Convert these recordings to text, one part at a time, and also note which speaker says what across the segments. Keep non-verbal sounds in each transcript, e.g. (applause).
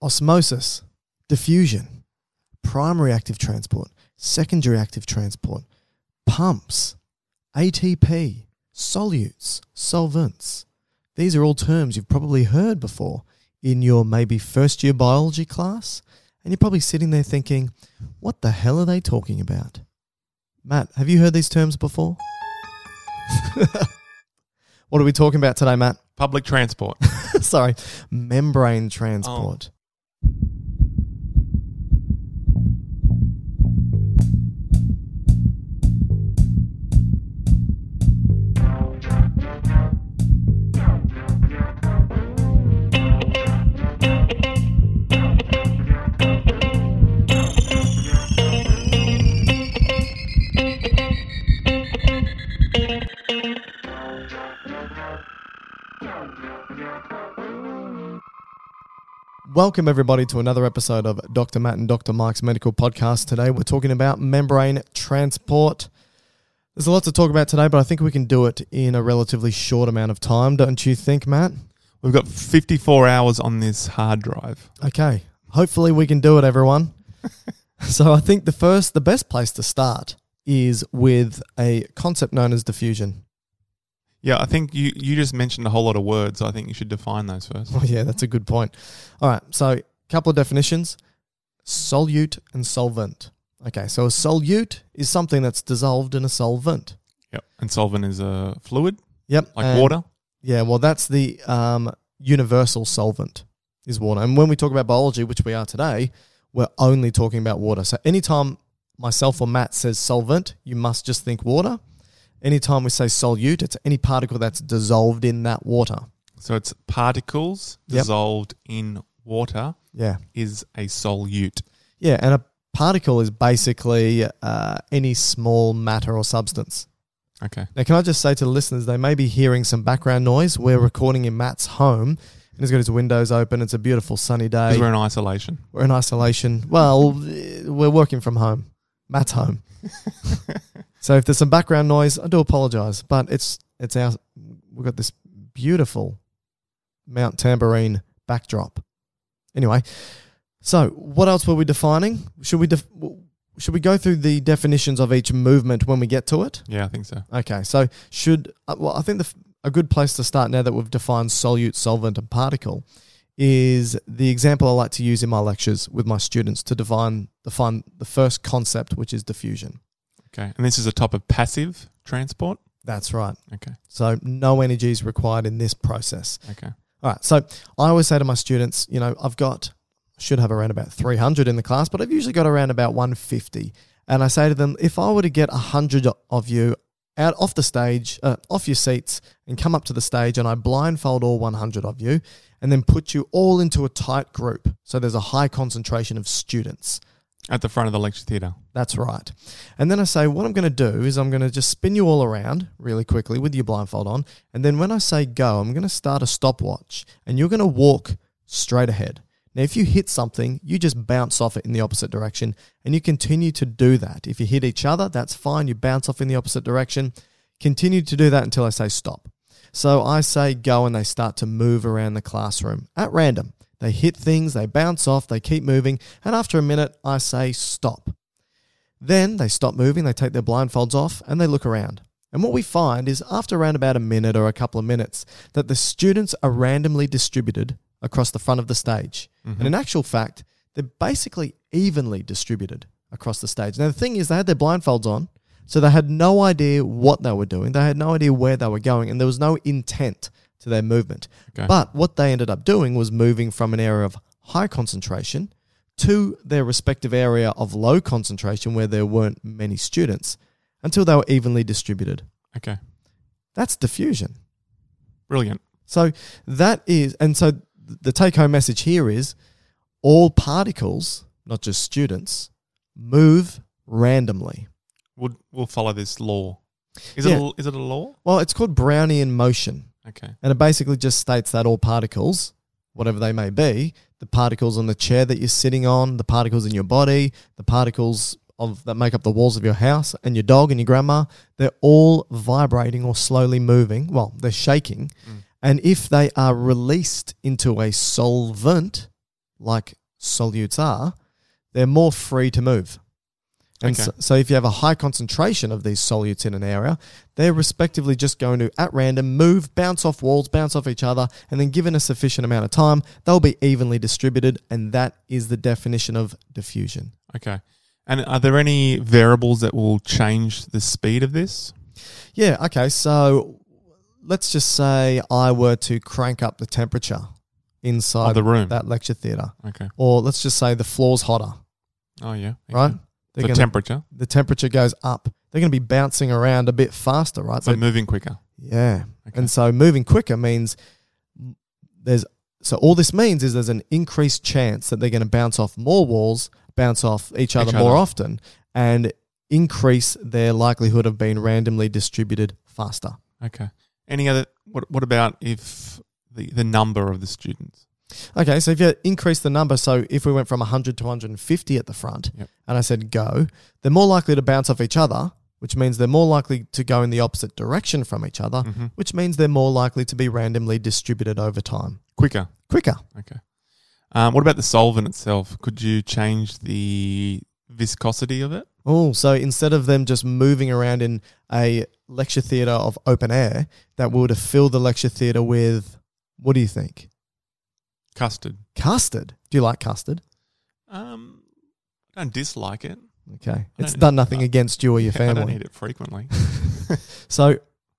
Speaker 1: osmosis, diffusion, primary active transport, secondary active transport, pumps, ATP, solutes, solvents. These are all terms you've probably heard before in your maybe first year biology class, and you're probably sitting there thinking, what the hell are they talking about? Matt, have you heard these terms before? (laughs) what are we talking about today, Matt?
Speaker 2: Public transport.
Speaker 1: (laughs) Sorry, membrane transport. Welcome, everybody, to another episode of Dr. Matt and Dr. Mike's Medical Podcast. Today, we're talking about membrane transport. There's a lot to talk about today, but I think we can do it in a relatively short amount of time, don't you think, Matt?
Speaker 2: We've got 54 hours on this hard drive.
Speaker 1: Okay. Hopefully, we can do it, everyone. so, I think the first, the best place to start is with a concept known as diffusion.
Speaker 2: Yeah, I think you, you just mentioned a whole lot of words. I think you should define those
Speaker 1: (laughs)
Speaker 2: first.
Speaker 1: Oh, yeah, that's a good point. All right, so a couple of definitions solute and solvent. Okay, so a solute is something that's dissolved in a solvent.
Speaker 2: Yep. And solvent is a fluid,
Speaker 1: Yep.
Speaker 2: like
Speaker 1: and-
Speaker 2: water.
Speaker 1: Yeah, well, that's the um, universal solvent is water. And when we talk about biology, which we are today, we're only talking about water. So anytime myself or Matt says solvent, you must just think water. Anytime we say solute, it's any particle that's dissolved in that water.
Speaker 2: So it's particles
Speaker 1: Yep.
Speaker 2: dissolved in water
Speaker 1: Yeah.
Speaker 2: is a solute.
Speaker 1: Yeah, and a particle is basically uh, any small matter or substance.
Speaker 2: Okay.
Speaker 1: Now, can I just say to the listeners, they may be hearing some background noise. We're recording in Matt's home, and he's got his windows open. It's a beautiful sunny day.
Speaker 2: Because we're in isolation.
Speaker 1: We're in isolation. Well, eh, we're working from home. Matt's home. so if there's some background noise, I do apologize, but it's it's our we've got this beautiful Mount Tambourine backdrop. Anyway, so what else were we defining? Should we def- w- should we go through the definitions of each movement when we get to it?
Speaker 2: Yeah, I think so.
Speaker 1: Okay, so should uh, well, I think the, f- a good place to start now that we've defined solute, solvent, and particle is the example I like to use in my lectures with my students to define define the first concept, which is diffusion.
Speaker 2: Okay. And this is a type of passive transport.
Speaker 1: That's right.
Speaker 2: Okay.
Speaker 1: So no energy is required in this process.
Speaker 2: Okay.
Speaker 1: All right. So I always say to my students, you know, I've got should have around about 300 in the class, but I've usually got around about 150. And I say to them, if I were to get 100 of you out off the stage, uh, off your seats, and come up to the stage, and I blindfold all 100 of you, and then put you all into a tight group, so there's a high concentration of students.
Speaker 2: At the front of the lecture theatre.
Speaker 1: That's right. And then I say, what I'm going to do is I'm going to just spin you all around really quickly with your blindfold on. And then when I say go, I'm going to start a stopwatch and you're going to walk straight ahead. Now, if you hit something, you just bounce off it in the opposite direction and you continue to do that. If you hit each other, that's fine. You bounce off in the opposite direction. Continue to do that until I say stop. So I say go and they start to move around the classroom at random. They hit things, they bounce off, they keep moving. And after a minute, I say stop. Then they stop moving, they take their blindfolds off, and they look around. And what we find is after around about a minute or a couple of minutes, that the students are randomly distributed across the front of the stage. And in actual fact, they're basically evenly distributed across the stage. Now, the thing is, they had their blindfolds on, so they had no idea what they were doing, they had no idea where they were going, and there was no intent to their movement.
Speaker 2: Okay.
Speaker 1: But what they ended up doing was moving from an area of high concentration to their respective area of low concentration where there weren't many students until they were evenly distributed.
Speaker 2: Okay.
Speaker 1: That's diffusion.
Speaker 2: Brilliant.
Speaker 1: So that is, and so th- the take home message here is all particles, not just students, move randomly.
Speaker 2: We'll, we'll follow this law. Is,
Speaker 1: Yeah.
Speaker 2: it a, is it a law?
Speaker 1: Well, it's called Brownian motion.
Speaker 2: Okay.
Speaker 1: And it basically just states that all particles, whatever they may be, the particles on the chair that you're sitting on, the particles in your body, the particles of that make up the walls of your house and your dog and your grandma, they're all vibrating or slowly moving. Well, they're shaking. And if they are released into a solvent, like solutes are, they're more free to move. And
Speaker 2: Okay.
Speaker 1: so, so if you have a high concentration of these solutes in an area, they're respectively just going to, at random, move, bounce off walls, bounce off each other, and then given a sufficient amount of time, they'll be evenly distributed. And that is the definition of diffusion.
Speaker 2: Okay. And are there any variables that will change the speed of this?
Speaker 1: Yeah, okay. So let's just say I were to crank up the temperature inside
Speaker 2: the room.
Speaker 1: that lecture theatre.
Speaker 2: Okay.
Speaker 1: or let's just say the floor's hotter,
Speaker 2: Oh, yeah. Okay.
Speaker 1: right?
Speaker 2: The
Speaker 1: They're gonna,
Speaker 2: temperature.
Speaker 1: the temperature goes up. They're going to be bouncing around a bit faster, right?
Speaker 2: So
Speaker 1: They-
Speaker 2: moving quicker.
Speaker 1: yeah.
Speaker 2: Okay.
Speaker 1: And so moving quicker means there's so all this means is there's an increased chance that they're going to bounce off more walls, bounce off each other
Speaker 2: Each
Speaker 1: more
Speaker 2: other.
Speaker 1: often and increase their likelihood of being randomly distributed faster.
Speaker 2: Okay. Any other? What What about if the the number of the students?
Speaker 1: Okay, so if you increase the number, so if we went from 100 to 150 at the front,
Speaker 2: Yep.
Speaker 1: and I said go, they're more likely to bounce off each other, which means they're more likely to go in the opposite direction from each other,
Speaker 2: Mhm.
Speaker 1: which means they're more likely to be randomly distributed over time,
Speaker 2: Quicker.
Speaker 1: quicker.
Speaker 2: Okay. Um, what about the solvent itself? Could you change the viscosity of it?
Speaker 1: Oh, so instead of them just moving around in a lecture theatre of open air, that would have filled the lecture theatre with, what do you think?
Speaker 2: Custard.
Speaker 1: Custard. Do you like custard?
Speaker 2: Um, I don't dislike it.
Speaker 1: Okay.
Speaker 2: I
Speaker 1: It's
Speaker 2: don't-
Speaker 1: done nothing
Speaker 2: I-
Speaker 1: against you or your
Speaker 2: (laughs) I
Speaker 1: family.
Speaker 2: don't eat it frequently.
Speaker 1: (laughs) So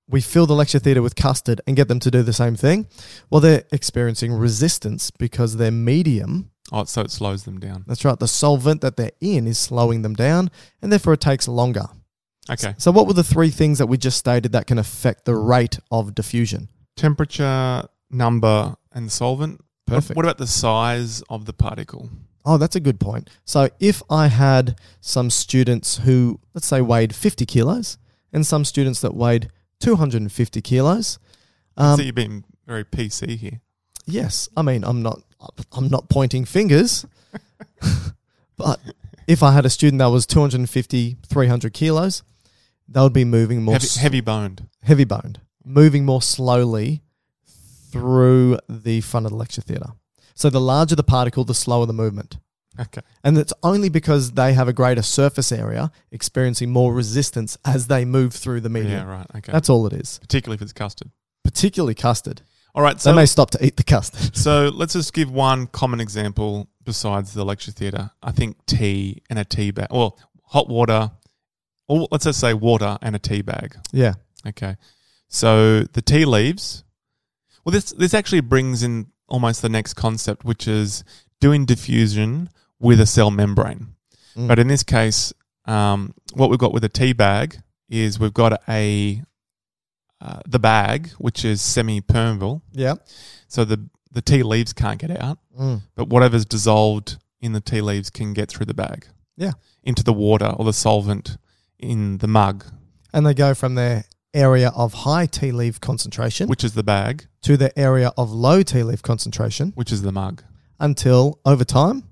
Speaker 1: we fill the lecture theatre with custard and get them to do the same thing. Well, they're experiencing resistance because their medium,
Speaker 2: oh, so it slows them down.
Speaker 1: that's right, the solvent that they're in is slowing them down and therefore it takes longer.
Speaker 2: Okay.
Speaker 1: So, what were the three things that we just stated that can affect the rate of diffusion?
Speaker 2: Temperature, number, and solvent. What-
Speaker 1: Perfect.
Speaker 2: What about the size of the particle?
Speaker 1: Oh, that's a good point. So, if I had some students who, let's say, weighed 50 kilos and some students that weighed 250 kilos,
Speaker 2: I
Speaker 1: um,
Speaker 2: see you've been very PC here.
Speaker 1: Yes, I mean I'm not I'm not pointing fingers, (laughs) but if I had a student that was 250, 300 kilos, they would be moving more
Speaker 2: Heavy,
Speaker 1: s-
Speaker 2: heavy boned.
Speaker 1: heavy boned, moving more slowly through the front of the lecture theatre. So the larger the particle, the slower the movement.
Speaker 2: Okay.
Speaker 1: And that's only because they have a greater surface area, experiencing more resistance as they move through the medium.
Speaker 2: Yeah, right. Okay.
Speaker 1: That's all it is.
Speaker 2: Particularly if it's custard.
Speaker 1: Particularly custard.
Speaker 2: All right. So
Speaker 1: they may stop to eat the custard. (laughs)
Speaker 2: So let's just give one common example besides the lecture theatre. I think tea and a tea bag. Well, hot water, or let's just say water and a tea bag.
Speaker 1: yeah.
Speaker 2: Okay. So the tea leaves. Well, this this actually brings in almost the next concept, which is doing diffusion with a cell membrane.
Speaker 1: Mm.
Speaker 2: But in this case, um, what we've got with a tea bag is we've got a uh, the bag, which is semi-permeable,
Speaker 1: Yeah.
Speaker 2: so the the tea leaves can't get out
Speaker 1: Mm.
Speaker 2: but whatever's dissolved in the tea leaves can get through the bag.
Speaker 1: Yeah.
Speaker 2: into the water or the solvent in the mug,
Speaker 1: And they go from their area of high tea leaf concentration
Speaker 2: which is the bag,
Speaker 1: to their area of low tea leaf concentration
Speaker 2: which is the mug.
Speaker 1: until over time,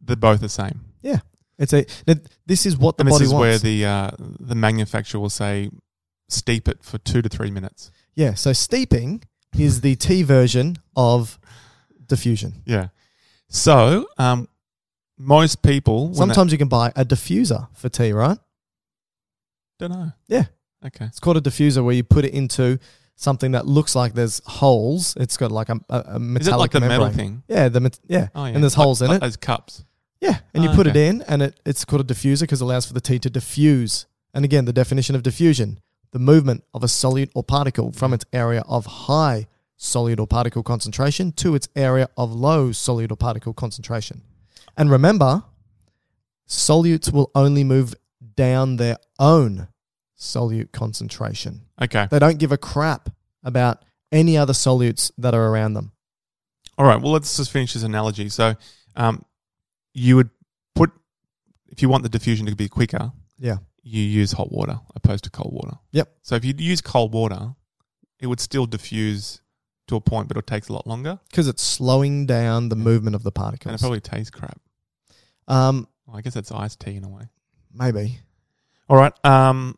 Speaker 2: They're both the same.
Speaker 1: yeah, it's a. now, This is what the
Speaker 2: and this
Speaker 1: body
Speaker 2: is
Speaker 1: wants.
Speaker 2: where the uh, the manufacturer will say steep it for two to three minutes.
Speaker 1: yeah, so steeping is the tea version of diffusion.
Speaker 2: Yeah. So um, most people when they-
Speaker 1: Sometimes you can buy a diffuser for tea, right?
Speaker 2: don't know.
Speaker 1: Yeah,
Speaker 2: Okay.
Speaker 1: It's called a diffuser where you put it into something that looks like there's holes. It's got like a, a, a metallic
Speaker 2: Is it like the
Speaker 1: membrane.
Speaker 2: metal thing?
Speaker 1: Yeah, the met- yeah.
Speaker 2: Oh yeah.
Speaker 1: And there's
Speaker 2: Like-
Speaker 1: holes in
Speaker 2: like
Speaker 1: it.
Speaker 2: Those cups.
Speaker 1: yeah, and you
Speaker 2: Oh,
Speaker 1: put
Speaker 2: okay.
Speaker 1: it in, and it, it's called a diffuser because it allows for the tea to diffuse. And again, the definition of diffusion: the movement of a solute or particle from its area of high solute or particle concentration to its area of low solute or particle concentration. And remember, solutes will only move down their own solute concentration.
Speaker 2: Okay.
Speaker 1: They don't give a crap about any other solutes that are around them.
Speaker 2: All right. Well, let's just finish this analogy. So, um, you would put if you want the diffusion to be quicker,
Speaker 1: Yeah.
Speaker 2: you use hot water opposed to cold water.
Speaker 1: Yep.
Speaker 2: So if you use cold water, it would still diffuse to a point, but it takes a lot longer,
Speaker 1: Because it's slowing down the movement of the
Speaker 2: and it
Speaker 1: particles.
Speaker 2: probably tastes crap.
Speaker 1: um,
Speaker 2: Well, I guess that's iced tea in a way.
Speaker 1: maybe.
Speaker 2: All right. Um,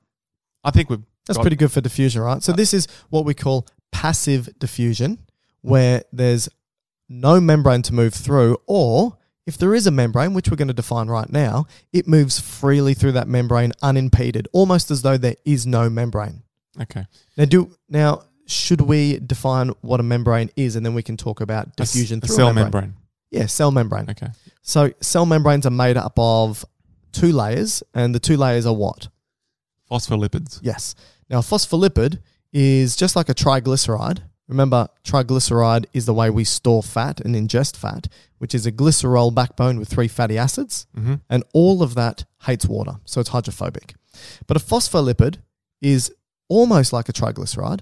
Speaker 2: I think we've
Speaker 1: That's
Speaker 2: got-
Speaker 1: pretty good for diffusion, right?
Speaker 2: Uh,
Speaker 1: So, this is what we call passive diffusion,
Speaker 2: mm-hmm.
Speaker 1: where there's no membrane to move through, or if there is a membrane, which we're going to define right now, it moves freely through that membrane unimpeded, almost as though there is no membrane.
Speaker 2: Okay.
Speaker 1: Now, do now should we define what a membrane is, and then we can talk about
Speaker 2: A s-
Speaker 1: diffusion
Speaker 2: a
Speaker 1: through
Speaker 2: cell
Speaker 1: a membrane.
Speaker 2: membrane.
Speaker 1: Yeah, cell membrane.
Speaker 2: Okay.
Speaker 1: So cell membranes are made up of two layers, and the two layers are what?
Speaker 2: Phospholipids.
Speaker 1: Yes. Now, a phospholipid is just like a triglyceride. Remember, triglyceride is the way we store fat and ingest fat, which is a glycerol backbone with three fatty acids,
Speaker 2: Mm-hmm.
Speaker 1: and all of that hates water, so it's hydrophobic. But a phospholipid is almost like a triglyceride.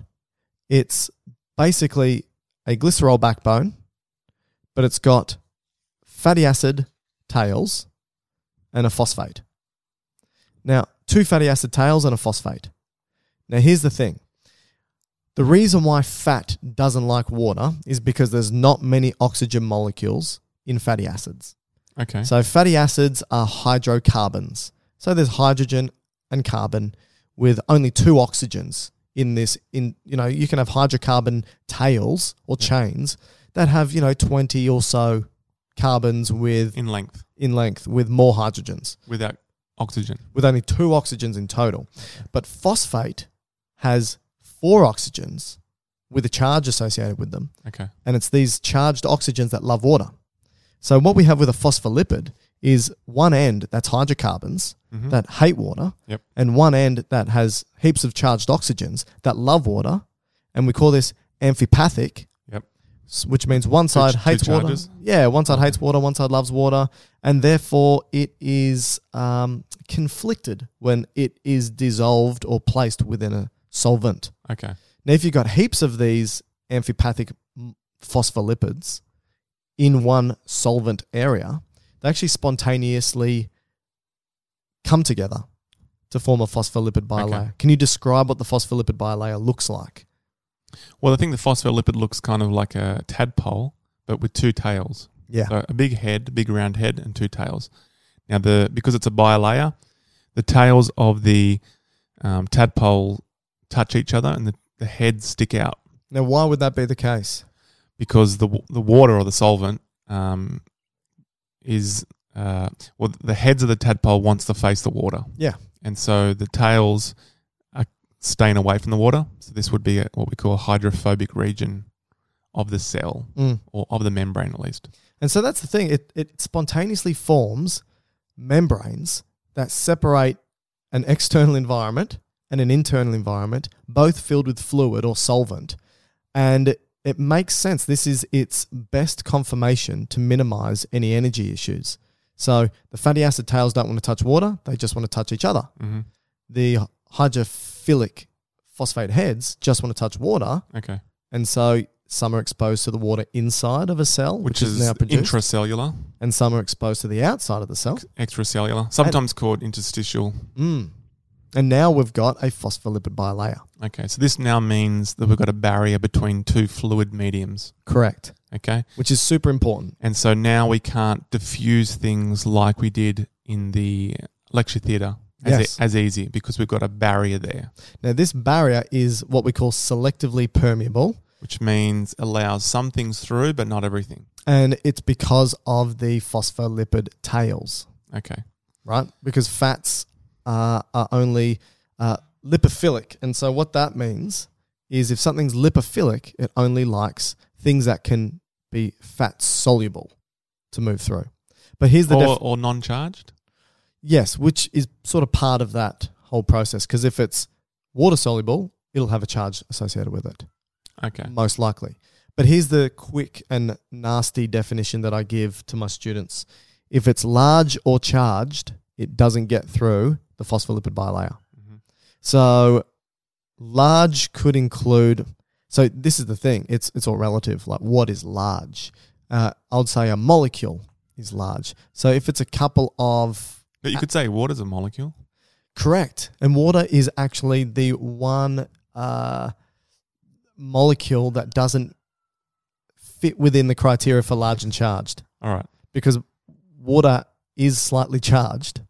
Speaker 1: It's basically a glycerol backbone, but it's got fatty acid tails and a phosphate. Now, two fatty acid tails and a phosphate. Now, here's the thing the reason why fat doesn't like water is because there's not many oxygen molecules in fatty acids.
Speaker 2: Okay.
Speaker 1: So fatty acids are hydrocarbons. So there's hydrogen and carbon with only two oxygens in this in you know you can have hydrocarbon tails or chains that have you know 20 or so carbons with
Speaker 2: in length
Speaker 1: in length with more hydrogens
Speaker 2: without oxygen.
Speaker 1: with only two oxygens in total. But phosphate has four oxygens with a charge associated with them
Speaker 2: Okay.
Speaker 1: and it's these charged oxygens that love water. So what we have with a phospholipid is one end that's hydrocarbons
Speaker 2: Mhm.
Speaker 1: that hate water,
Speaker 2: Yep.
Speaker 1: and one end that has heaps of charged oxygens that love water, and we call this amphipathic,
Speaker 2: Yep.
Speaker 1: s- which means one side
Speaker 2: two
Speaker 1: hates water.
Speaker 2: charges?
Speaker 1: Yeah, one side hates water, one side loves water, and therefore it is um, conflicted when it is dissolved or placed within a solvent.
Speaker 2: Okay.
Speaker 1: Now, if you've got heaps of these amphipathic m- phospholipids in one solvent area, they actually spontaneously come together to form a phospholipid bilayer.
Speaker 2: Okay.
Speaker 1: Can you describe what the phospholipid bilayer looks like?
Speaker 2: Well, I think the phospholipid looks kind of like a tadpole, but with two tails.
Speaker 1: Yeah.
Speaker 2: So a big head, big round head, and two tails. Now, the because it's a bilayer, the tails of the um, tadpole touch each other, and the, the heads stick out
Speaker 1: Now, why would that be the case?
Speaker 2: because the w- the water or the solvent um, is uh, well, the heads of the tadpole wants to face the water.
Speaker 1: Yeah.
Speaker 2: and so the tails are staying away from the water. So this would be a, what we call a hydrophobic region of the cell
Speaker 1: Mm.
Speaker 2: or of the membrane, at least.
Speaker 1: And so that's the thing. It, it spontaneously forms membranes that separate an external environment and an internal environment, both filled with fluid or solvent. And it makes sense. This is its best conformation to minimize any energy issues. So the fatty acid tails don't want to touch water, they just want to touch each other.
Speaker 2: Mm-hmm.
Speaker 1: The hydrophilic phosphate heads just want to touch water.
Speaker 2: Okay,
Speaker 1: And so Some are exposed to the water inside of a cell,
Speaker 2: which,
Speaker 1: which,
Speaker 2: is,
Speaker 1: now produced,
Speaker 2: intracellular,
Speaker 1: and some are exposed to the outside of the cell.
Speaker 2: extracellular, sometimes called interstitial.
Speaker 1: Mm. And now we've got a phospholipid bilayer.
Speaker 2: Okay, so this now means that we've got a barrier between two fluid mediums.
Speaker 1: Correct.
Speaker 2: Okay,
Speaker 1: Which is super important.
Speaker 2: and so now we can't diffuse things like we did in the lecture theatre as, e,
Speaker 1: Yes.
Speaker 2: as easy because we've got a barrier there,
Speaker 1: Now, this barrier is what we call selectively permeable,
Speaker 2: which means allows some things through but not everything.
Speaker 1: and it's because of the phospholipid tails,
Speaker 2: Okay,
Speaker 1: right? Because fats uh, are only uh, lipophilic. And so, what that means is if something's lipophilic, it only likes things that can be fat soluble to move through. But here's the
Speaker 2: or,
Speaker 1: def-
Speaker 2: or non-charged.
Speaker 1: Yes, which is sort of part of that whole process because if it's water soluble, it'll have a charge associated with it,
Speaker 2: Okay,
Speaker 1: most likely. But here's the quick and nasty definition that I give to my students if it's large or charged, it doesn't get through the phospholipid bilayer. So large could include. So this is the thing. It's it's all relative. Like what is large? Uh, I would say a molecule is large. So if it's a couple of
Speaker 2: but you could say water's a molecule.
Speaker 1: Correct. And water is actually the one uh, molecule that doesn't fit within the criteria for large and charged
Speaker 2: All right.
Speaker 1: because water is slightly charged.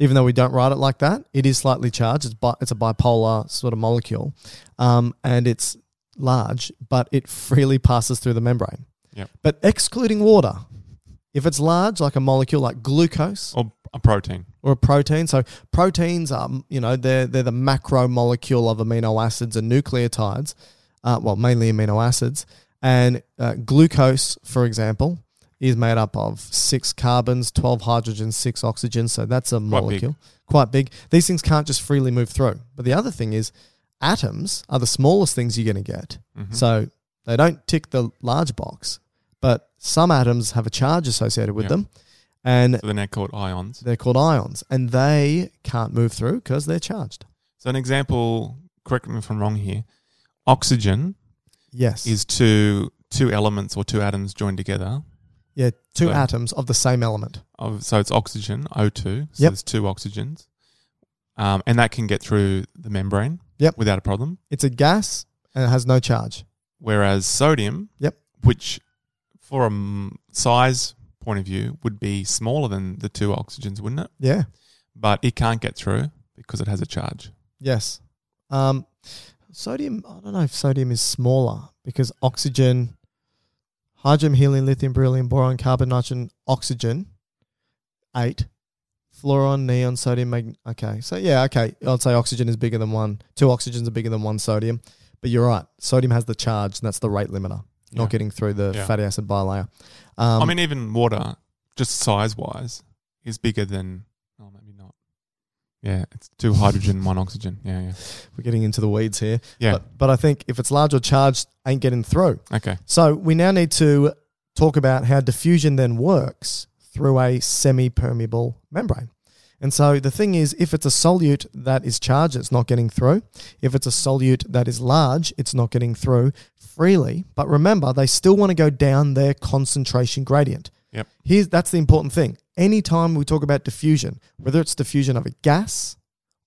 Speaker 1: Even though we don't write it like that, it is slightly charged. It's, bi- it's a bipolar sort of molecule um, and it's large, but it freely passes through the membrane.
Speaker 2: Yep.
Speaker 1: But excluding water, if it's large, like a molecule like glucose
Speaker 2: Or a protein.
Speaker 1: or a protein. So proteins are, you know, they're they're the macromolecule of amino acids and nucleotides, uh, well, mainly amino acids. And uh, glucose, for example, is made up of six carbons, twelve hydrogens, six oxygens. So that's a
Speaker 2: big.
Speaker 1: molecule, quite big. These things can't just freely move through. But the other thing is, atoms are the smallest things you're going to get.
Speaker 2: Mm-hmm.
Speaker 1: So they don't tick the large box, but some atoms have a charge associated with
Speaker 2: Yeah.
Speaker 1: them. And
Speaker 2: So they're now called ions.
Speaker 1: they're called ions, and they can't move through because they're charged.
Speaker 2: So an example, correct me if I'm wrong here. Oxygen
Speaker 1: Yes.
Speaker 2: is two two elements or two atoms joined together.
Speaker 1: yeah, two
Speaker 2: so-
Speaker 1: atoms of the same element.
Speaker 2: Of, so it's oxygen, O2. So
Speaker 1: Yep.
Speaker 2: there's two oxygens. Um, and that can get through the membrane
Speaker 1: Yep.
Speaker 2: without a problem.
Speaker 1: It's a gas and it has no charge.
Speaker 2: Whereas sodium,
Speaker 1: Yep.
Speaker 2: which for a m- size point of view would be smaller than the two oxygens, wouldn't it?
Speaker 1: Yeah.
Speaker 2: But it can't get through because it has a charge.
Speaker 1: Yes. Um, sodium. I don't know if sodium is smaller because oxygen, hydrogen, helium, lithium, beryllium, boron, carbon, nitrogen, oxygen, eight, fluorine, neon, sodium, mag. Okay, so yeah, okay. I'd say oxygen is bigger than one. Two oxygens are bigger than one sodium. But you're right. Sodium has the charge, and that's the rate limiter.
Speaker 2: Yeah.
Speaker 1: Not getting through the
Speaker 2: Yeah.
Speaker 1: fatty acid bilayer. Um,
Speaker 2: I mean, even water, just size wise, is bigger than. Oh, maybe not. Yeah, it's two hydrogen, one oxygen. Yeah, yeah.
Speaker 1: we're getting into the weeds here.
Speaker 2: Yeah.
Speaker 1: But, but I think if it's large or charged, ain't getting through.
Speaker 2: Okay.
Speaker 1: So we now need to talk about how diffusion then works through a semi-permeable membrane. And so the thing is, if it's a solute that is charged, it's not getting through. If it's a solute that is large, it's not getting through freely. But remember, they still want to go down their concentration gradient.
Speaker 2: Yep.
Speaker 1: Here's that's the important thing. Anytime we talk about diffusion, whether it's diffusion of a gas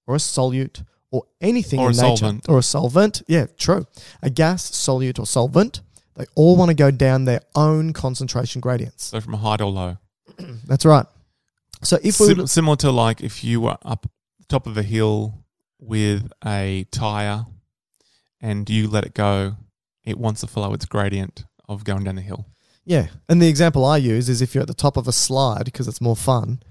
Speaker 1: or a solute or anything
Speaker 2: Or
Speaker 1: in
Speaker 2: a
Speaker 1: nature
Speaker 2: solvent.
Speaker 1: or a solvent, yeah, true. A gas, solute, or solvent, they all want to go down their own concentration gradients.
Speaker 2: So from high to low.
Speaker 1: That's right. So if we
Speaker 2: Sim-
Speaker 1: were to-
Speaker 2: similar to like if you were up the top of a hill with a tire and you let it go, it wants to follow its gradient of going down the hill.
Speaker 1: yeah, and the example I use is if you're at the top of a slide because it's more fun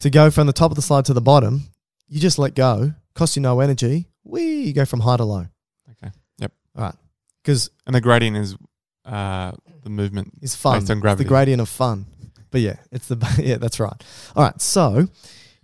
Speaker 1: to go from the top of the slide to the bottom, you just let go, cost you no energy. We go from high to low.
Speaker 2: Okay. Yep.
Speaker 1: All right, because
Speaker 2: And the gradient is uh, the movement
Speaker 1: is fun.
Speaker 2: based on gravity.
Speaker 1: It's the gradient of fun. But yeah, it's the (laughs) yeah, that's right. All right, so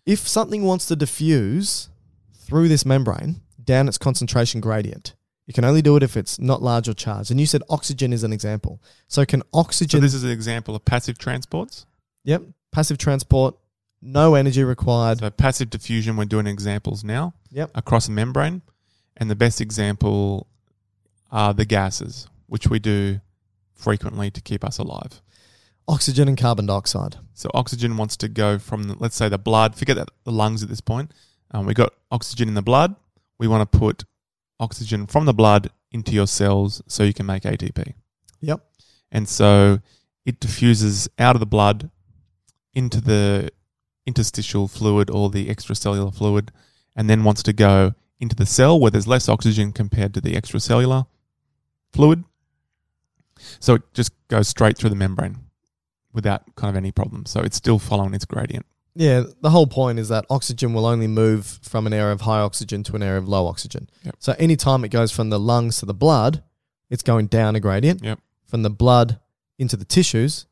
Speaker 1: if something wants to diffuse through this membrane down its concentration gradient, you can only do it if it's not large or charged. And you said oxygen is an example. So can
Speaker 2: so
Speaker 1: oxygen
Speaker 2: this is an example of passive transports.
Speaker 1: Yep, passive transport, no energy required.
Speaker 2: So passive diffusion, we're doing examples now.
Speaker 1: Yep.
Speaker 2: across a membrane. And the best example are the gases, which we do frequently to keep us alive.
Speaker 1: Oxygen and carbon dioxide.
Speaker 2: So oxygen wants to go from, the, let's say, the blood. Forget that the lungs at this point. Um, we got oxygen in the blood. We want to put oxygen from the blood into your cells so you can make ATP.
Speaker 1: Yep.
Speaker 2: And so it diffuses out of the blood into the interstitial fluid or the extracellular fluid, and then wants to go into the cell where there's less oxygen compared to the extracellular fluid. So it just goes straight through the membrane without kind of any problem. So it's still following its gradient.
Speaker 1: Yeah, the whole point is that oxygen will only move from an area of high oxygen to an area of low oxygen.
Speaker 2: Yep.
Speaker 1: So anytime it goes from the lungs to the blood, it's going down a gradient.
Speaker 2: Yep.
Speaker 1: From the blood into the tissues,